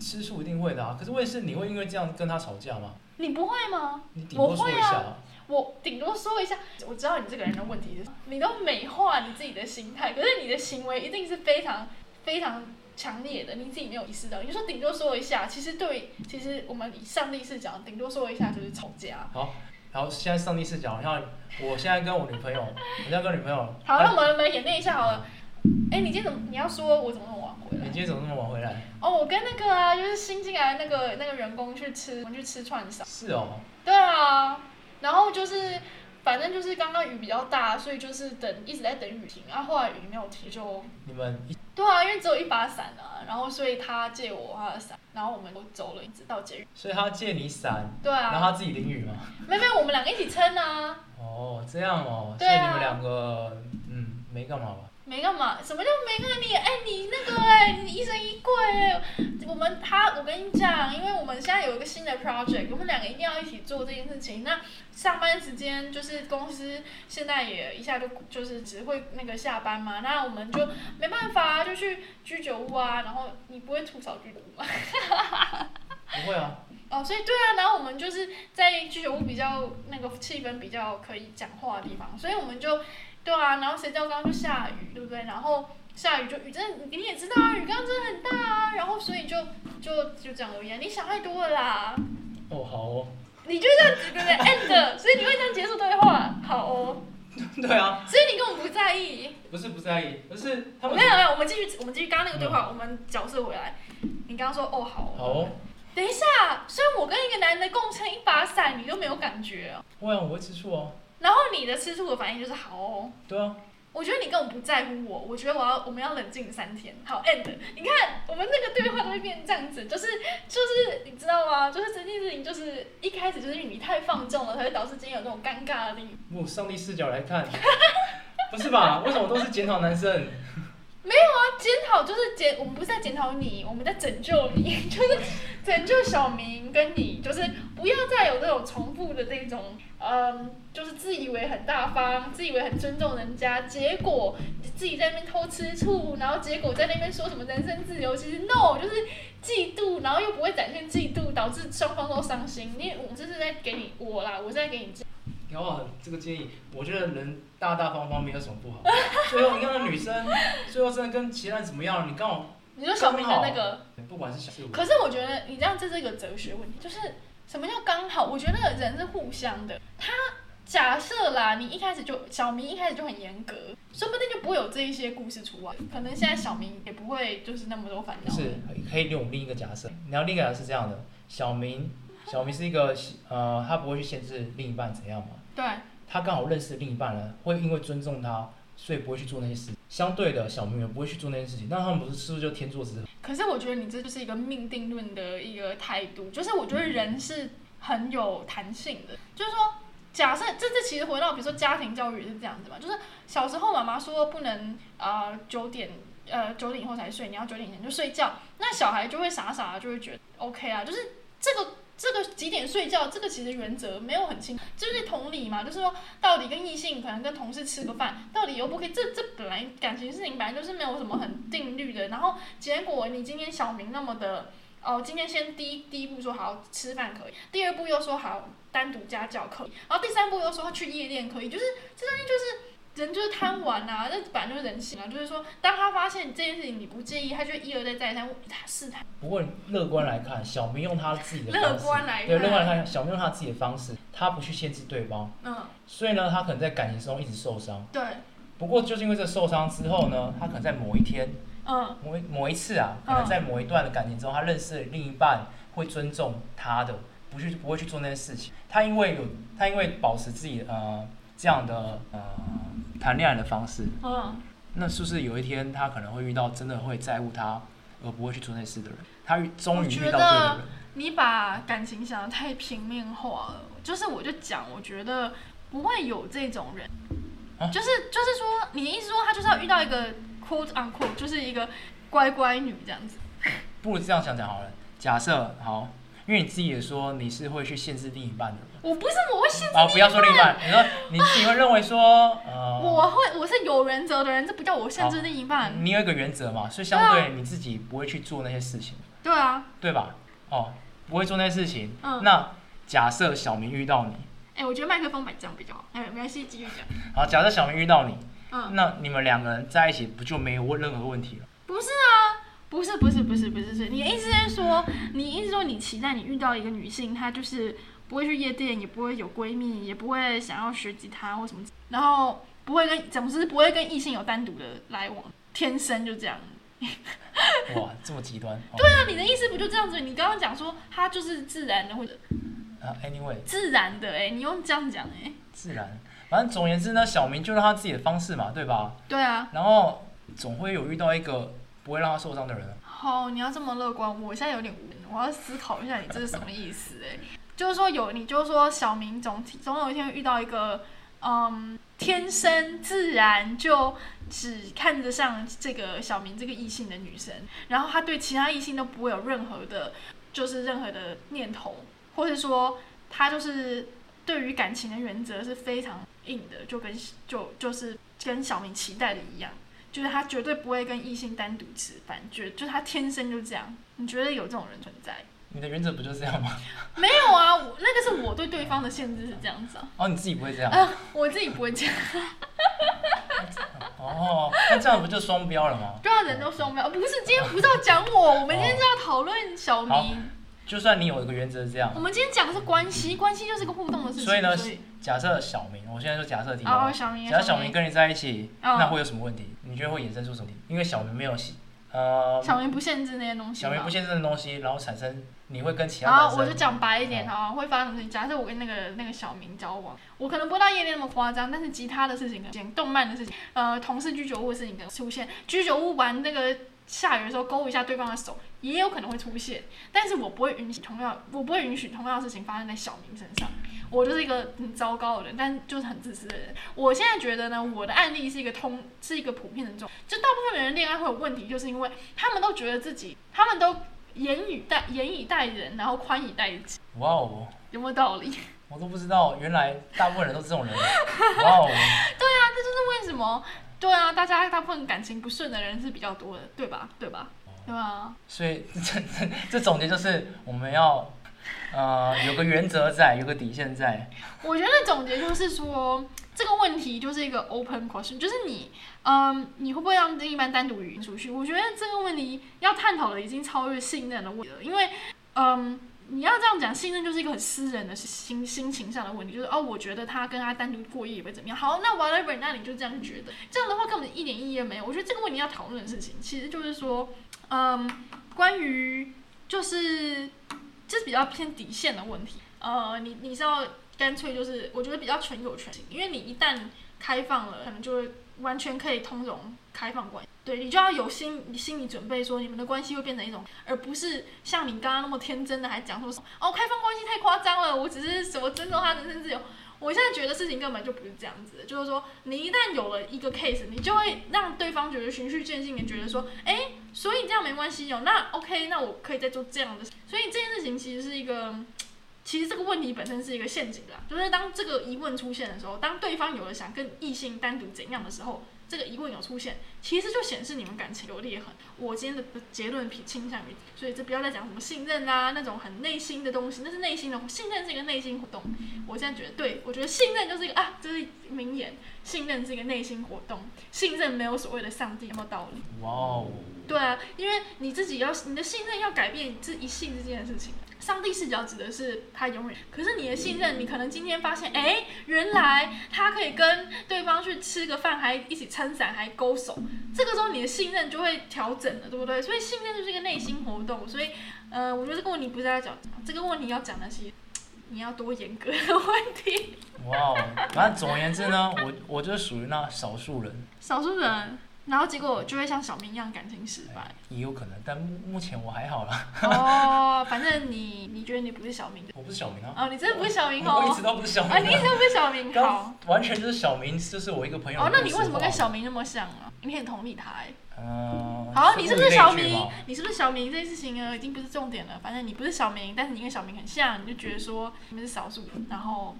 Speaker 2: 吃醋一定会的啊，可是问题是你会因为这样跟他吵架吗？
Speaker 1: 你不会吗？
Speaker 2: 你顶多
Speaker 1: 我
Speaker 2: 说
Speaker 1: 会
Speaker 2: 一
Speaker 1: 啊
Speaker 2: 下、
Speaker 1: 我顶多说一下，我知道你这个人的问题是什么，你都美化你自己的心态，可是你的行为一定是非常非常强烈的，你自己没有意识到。你就说顶多说一下，其实对，其实我们以上帝视角，顶多说一下就是吵架。
Speaker 2: 好，然后现在上帝视角，像我现在跟我女朋友，我现在跟女朋友，
Speaker 1: 好，那我们来演练一下好了。哎、你今天怎么？你要说我怎么那么晚回
Speaker 2: 哎你
Speaker 1: 来
Speaker 2: 今？天怎么那么晚回来？
Speaker 1: 哦，我跟那个啊，就是新进来的那个那个员工去吃，我们去吃串烧。
Speaker 2: 是哦，
Speaker 1: 对啊，然后就是反正就是刚刚雨比较大，所以就是等一直在等雨停，啊，后来雨没有停就
Speaker 2: 你们一
Speaker 1: 对啊，因为只有一把伞啊，然后所以他借我他的伞，然后我们都走了，一直到捷运。
Speaker 2: 所以他借你伞，
Speaker 1: 对
Speaker 2: 然
Speaker 1: 啊，
Speaker 2: 后他自己淋雨嘛。
Speaker 1: 没有没有，我们两个一起撑啊，
Speaker 2: 哦，这样哦，所
Speaker 1: 对
Speaker 2: 以
Speaker 1: 啊
Speaker 2: 你们两个嗯没干嘛吧？
Speaker 1: 没干嘛。什么叫没干你？哎、你那个哎、你疑神疑鬼哎、我们他，我跟你讲，因为我们现在有一个新的 project，我们两个一定要一起做这件事情。那上班时间就是公司现在也一下就就是只会那个下班嘛，那我们就没办法啊、就去居酒屋啊。然后你不会吐槽居酒屋吗？
Speaker 2: 不会啊，
Speaker 1: 哦，所以对啊，然后我们就是在居酒屋比较那个气氛比较可以讲话的地方，所以我们就对啊，然后谁叫刚刚就下雨，对不对？然后下雨就雨真的，你也知道啊，雨刚刚真的很大啊，然后所以就就就这样而已啊，你想太多了啦，
Speaker 2: 哦好哦，
Speaker 1: 你就这样子对不对？end，所以你会这样结束对话，好哦，
Speaker 2: 对啊，
Speaker 1: 所以你根本不在意。
Speaker 2: 不是不在意，而是他
Speaker 1: 我
Speaker 2: 们嗯
Speaker 1: 跟你讲，我们继续我们继续刚刚那个对话，我们角色回来，你刚刚说哦好
Speaker 2: 好哦，
Speaker 1: 等一下，虽然我跟一个男的共撑一把伞，你都没有感觉哦。
Speaker 2: 会啊，我会吃醋哦，
Speaker 1: 然后你的吃醋的反应就是好哦，
Speaker 2: 对啊，
Speaker 1: 我觉得你根本不在乎我，我觉得我要我们要冷静三天，好 end。你看我们那个对话都会变成这样子，就是就是你知道吗？就是这件事情就是一开始就是因为你太放纵了，才会导致今天有这种尴尬的地方。
Speaker 2: 我上帝视角来 看，不是吧？为什么都是检讨男生？
Speaker 1: 那检讨就是检，我们不是在检讨你，我们在拯救你， 就是拯救小明跟你，就是不要再有这种重复的这种，嗯，就是自以为很大方，自以为很尊重人家，结果自己在那边偷吃醋，然后结果在那边说什么人身自由，其实 no，就是嫉妒，然后又不会展现嫉妒，导致双方都伤心。你我这是在给你我啦，我是在给你
Speaker 2: 然后这个建议，我觉得人大大方方没有什么不好。最后你看那女生，最后真的跟其他人怎么样？你刚好，
Speaker 1: 你说小明的那个。
Speaker 2: 不管是小事物，
Speaker 1: 可是我觉得你这样这是一个哲学问题，就是什么叫刚好？我觉得人是互相的。他假设啦，你一开始就小明一开始就很严格，说不定就不会有这一些故事出来。可能现在小明也不会就是那么多烦
Speaker 2: 不
Speaker 1: 恼。
Speaker 2: 是可以用另一个假设，你要另一个假设是这样的：小明，小明是一个呃，他不会去限制另一半怎样嘛，
Speaker 1: 对，
Speaker 2: 他刚好认识另一半了，会因为尊重他，所以不会去做那些事。相对的，小明也不会去做那些事情，那他们不是是不是就天作之合？
Speaker 1: 可是我觉得你这就是一个命定论的一个态度，就是我觉得人是很有弹性的，就是说。假设这这其实回到比如说家庭教育也是这样子嘛，就是小时候妈妈说不能啊九、点呃九点以后才睡，你要九点以前就睡觉，那小孩就会傻傻的就会觉得 OK 啊，就是这个这个几点睡觉这个其实原则没有很清，就是同理嘛，就是说到底跟异性可能跟同事吃个饭，到底 O 不 OK，这这本来感情事情本来就是没有什么很定律的，然后结果你今天小明那么的。哦，今天先第一第一步说好吃饭可以，第二步又说好单独家教可以，然后第三步又说去夜店可以，就是这东西就是人就是贪玩啊，这本来就是人性啊，就是说当他发现这件事情你不介意，他就一而再再而三他试探，
Speaker 2: 不过乐观来看，小明用他自己的方式，
Speaker 1: 乐观来看
Speaker 2: 对乐观来看，小明用他自己的方式，他不去限制对方，
Speaker 1: 嗯，
Speaker 2: 所以呢，他可能在感情中一直受伤。
Speaker 1: 对，
Speaker 2: 不过就是因为这受伤之后呢，他可能在某一天、
Speaker 1: 嗯
Speaker 2: 某一某一次啊，
Speaker 1: 嗯
Speaker 2: 可能在某一段的感情中，他认识了另一半会尊重他的，不去不会去做那些事情。他因为有他因为保持自己呃这样的呃谈恋爱的方式，
Speaker 1: 嗯，
Speaker 2: 那是不是有一天他可能会遇到真的会在乎他而不会去做那事的人？他遇终于遇到对的人，
Speaker 1: 你把感情想的太平面化了，就是我就讲，我觉得不会有这种人，
Speaker 2: 啊
Speaker 1: 就是就是说，你意思说他就是要遇到一个 quote unquote 就是一个乖乖女这样子。
Speaker 2: 不如这样想讲好了。假设好，因为你自己也说你是会去限制另一半的人，
Speaker 1: 我不是，我会限制
Speaker 2: 啊，不要说另一半，你说你自己会认为说，呃，
Speaker 1: 我会，我是有原则的人，这不叫我限制
Speaker 2: 啊
Speaker 1: 另一半。
Speaker 2: 你有一个原则嘛，所以相
Speaker 1: 啊
Speaker 2: 对你自己不会去做那些事情，
Speaker 1: 对啊，
Speaker 2: 对吧？哦，不会做那些事情。
Speaker 1: 嗯
Speaker 2: 那假设小明遇到你，
Speaker 1: 哎、我觉得麦克风摆这样比较好。哎、没关系，继续讲。
Speaker 2: 好，假设小明遇到你，
Speaker 1: 嗯，
Speaker 2: 那你们两个人在一起不就没有任何问题 了？
Speaker 1: 不是啊，不是，不是，不是，不是，是你的意思是说，你意思说你期待你遇到一个女性，她就是不会去夜店，也不会有闺蜜，也不会想要学吉他或什么，然后不会跟，总之不会跟异性有单独的来往，天生就这样。
Speaker 2: 哇，这么极端。哦、
Speaker 1: 对啊，你的意思不就这样子？你刚刚讲说她就是自然的，或者
Speaker 2: 啊，anyway，
Speaker 1: 自然的、哎，你用这样讲、哎，
Speaker 2: 自然，反正总而言之呢，小明就让他自己的方式嘛，对吧？
Speaker 1: 对啊。
Speaker 2: 然后总会有遇到一个不会让他受伤的人啊。
Speaker 1: 好，你要这么乐观，我现在有点无语，我要思考一下你这是什么意思、欸？就是说有，你就是说小明总体总有一天会遇到一个，嗯，天生自然就只看得上这个小明这个异性的女生，然后他对其他异性都不会有任何的，就是任何的念头，或者说他就是对于感情的原则是非常硬的，就跟就就是跟小明期待的一样。就是他绝对不会跟异性单独吃饭，觉就是他天生就这样。你觉得有这种人存在？
Speaker 2: 你的原则不就是这样吗？
Speaker 1: 没有啊，我那个是我对对方的限制是这样子啊。
Speaker 2: 哦，你自己不会这样。
Speaker 1: 啊，我自己不会这样。
Speaker 2: 哦，那这样不就双标了吗？
Speaker 1: 对啊，人都双标。不是，今天不是要讲我，我们今天是要讨论小
Speaker 2: 好
Speaker 1: 明。
Speaker 2: 就算你有一个原则是这样
Speaker 1: 我，们今天讲的是关系，关系就是个互动的事情。
Speaker 2: 所以呢，假设小明，我现在就假设题目
Speaker 1: 哦，
Speaker 2: 啊，
Speaker 1: 小明，
Speaker 2: 假设小明跟你在一起，
Speaker 1: 嗯
Speaker 2: 那会有什么问题？你觉得会衍生出什么问题？因为小明没有喜，呃，
Speaker 1: 小明不限制那些东西
Speaker 2: 小
Speaker 1: 嘛。
Speaker 2: 明不限制的东西，然后产生你会跟其
Speaker 1: 然
Speaker 2: 他
Speaker 1: 哦后我
Speaker 2: 男
Speaker 1: 就
Speaker 2: 生，
Speaker 1: 讲白一点啊，会发生什么事情？假设我跟那个那个小明交往，我可能不会到夜店那么夸张，但是吉他的事情、动漫的事情，呃，同事居酒屋的事情可能出现。居酒屋玩那个下雨的时候勾一下对方的手，也有可能会出现。但是我不会允许同样，我不会允许同样的事情发生在小明身上。我就是一个很糟糕的人，但就是很自私的人。我现在觉得呢，我的案例是一个通，是一个普遍的状，就大部分人恋爱会有问题，就是因为他们都觉得自己，他们都严以待严以待人，然后宽以待己，
Speaker 2: 哇哦，
Speaker 1: 有没有道理？
Speaker 2: 我都不知道，原来大部分人都是这种人， 哇哦，
Speaker 1: 为什么？对啊，大家大部分感情不顺的人是比较多的，对吧？对吧？对啊，
Speaker 2: 所以 这这这总结就是我们要呃有个原则在，有个底线在，
Speaker 1: 我觉得总结就是说，这个问题就是一个 open question，就是你，嗯，你会不会让另一半单独语音出去？我觉得这个问题要探讨的已经超越信任的问题了，因为，嗯。你要这样讲，信任就是一个很私人的心心情上的问题，就是哦，我觉得他跟他单独过夜也会怎么样。好，那 whatever，那你就这样觉得，这样的话根本一点意义也没有。我觉得这个问题要讨论的事情，其实就是说，嗯，关于就是这是比较偏底线的问题。呃，你你是要干脆就是，我觉得比较全有权，因为你一旦开放了，可能就会完全可以通融开放关系。对你就要有心心理准备，说你们的关系会变成一种，而不是像你刚刚那么天真的还讲说什么哦，开放关系太夸张了，我只是什么尊重他人身自由。我现在觉得事情根本就不是这样子的，就是说你一旦有了一个 case，你就会让对方觉得循序渐进的觉得说，哎、所以这样没关系哦，那 OK，那我可以再做这样的事。所以这件事情其实是一个，其实这个问题本身是一个陷阱啦，就是当这个疑问出现的时候，当对方有了想跟异性单独怎样的时候，这个疑问有出现，其实就显示你们感情有裂痕。我今天的结论偏倾向于，所以这不要再讲什么信任啦、那种很内心的东西，那是内心的信任是一个内心活动。我现在觉得，对我觉得信任就是一个啊，这是名言，信任是一个内心活动，信任没有所谓的上帝，有没有道理？
Speaker 2: 哇哦，
Speaker 1: 对啊，因为你自己要你的信任要改变这一性这件事情。上帝视角指的是他永远，可是你的信任，你可能今天发现，哎，原来他可以跟对方去吃个饭，还一起撑伞，还勾手，这个时候你的信任就会调整了，对不对？所以信任就是一个内心活动，所以，呃，我觉得这个问题不是在讲这个问题要讲的是你要多严格的问题。
Speaker 2: 哇哦，反正总而言之呢，我我就是属于那少数人，
Speaker 1: 少数人，然后结果就会像小明一样感情失败。
Speaker 2: 也有可能，但目目前我还好啦，
Speaker 1: 哦，反正你你觉得你不是小明的
Speaker 2: 我不是小明啊，
Speaker 1: 哦，你真的不是小明
Speaker 2: 我一
Speaker 1: 哦
Speaker 2: 直，都不是小明
Speaker 1: 啊，你一直都不是小明好
Speaker 2: 刚完全就是小明，就是我一个朋友。
Speaker 1: 哦，那你为什么跟？小明那么像啊？你很同理他哎、
Speaker 2: 嗯，
Speaker 1: 好，你是不是小
Speaker 2: 物以类聚
Speaker 1: 明
Speaker 2: 嘛？
Speaker 1: 你是不是小明这件事情呢，已经不是重点了。反正你不是小明，但是你跟小明很像，你就觉得说你们是少数人。然后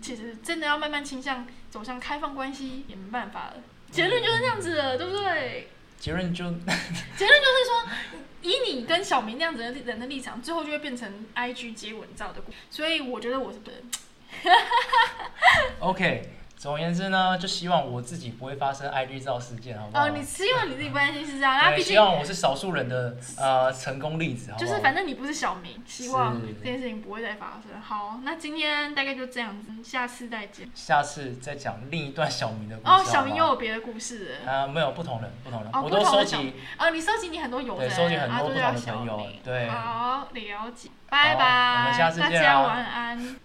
Speaker 1: 其实真的要慢慢倾向走向开放关系，也没办法了。结论就是这样子了，对不对？
Speaker 2: 结论就
Speaker 1: 结论就是说，以你跟小明那样子的人的立场，最后就会变成 I G 接吻照的故事。所以我觉得我是不是
Speaker 2: OK。总而言之呢，就希望我自己不会发生 IG 照事件，好不好？
Speaker 1: 哦，你希望你自己不担心是这样，那
Speaker 2: 对，
Speaker 1: 毕
Speaker 2: 希
Speaker 1: 竟
Speaker 2: 望我是少数人的呃成功例子，好不
Speaker 1: 就
Speaker 2: 好？
Speaker 1: 是反正你不是小明，希望
Speaker 2: 是
Speaker 1: 这件事情不会再发生。好，那今天大概就这样子，下次再见。
Speaker 2: 下次再讲另一段小明的故事。
Speaker 1: 哦，小明又
Speaker 2: 好
Speaker 1: 有别的故事
Speaker 2: 不
Speaker 1: 了
Speaker 2: 好啊，没有不同人，不同人，
Speaker 1: 哦
Speaker 2: 我
Speaker 1: 不
Speaker 2: 都
Speaker 1: 同
Speaker 2: 收
Speaker 1: 的小
Speaker 2: 集，
Speaker 1: 哦，你收集你很多友
Speaker 2: 对，
Speaker 1: 人，
Speaker 2: 收集很
Speaker 1: 啊
Speaker 2: 多
Speaker 1: 都
Speaker 2: 不
Speaker 1: 叫
Speaker 2: 同的
Speaker 1: 小
Speaker 2: 朋友
Speaker 1: 明，
Speaker 2: 对。
Speaker 1: 好，了解，拜
Speaker 2: 好
Speaker 1: 拜，
Speaker 2: 我们下次
Speaker 1: 大
Speaker 2: 见
Speaker 1: 家
Speaker 2: 啊
Speaker 1: 晚安。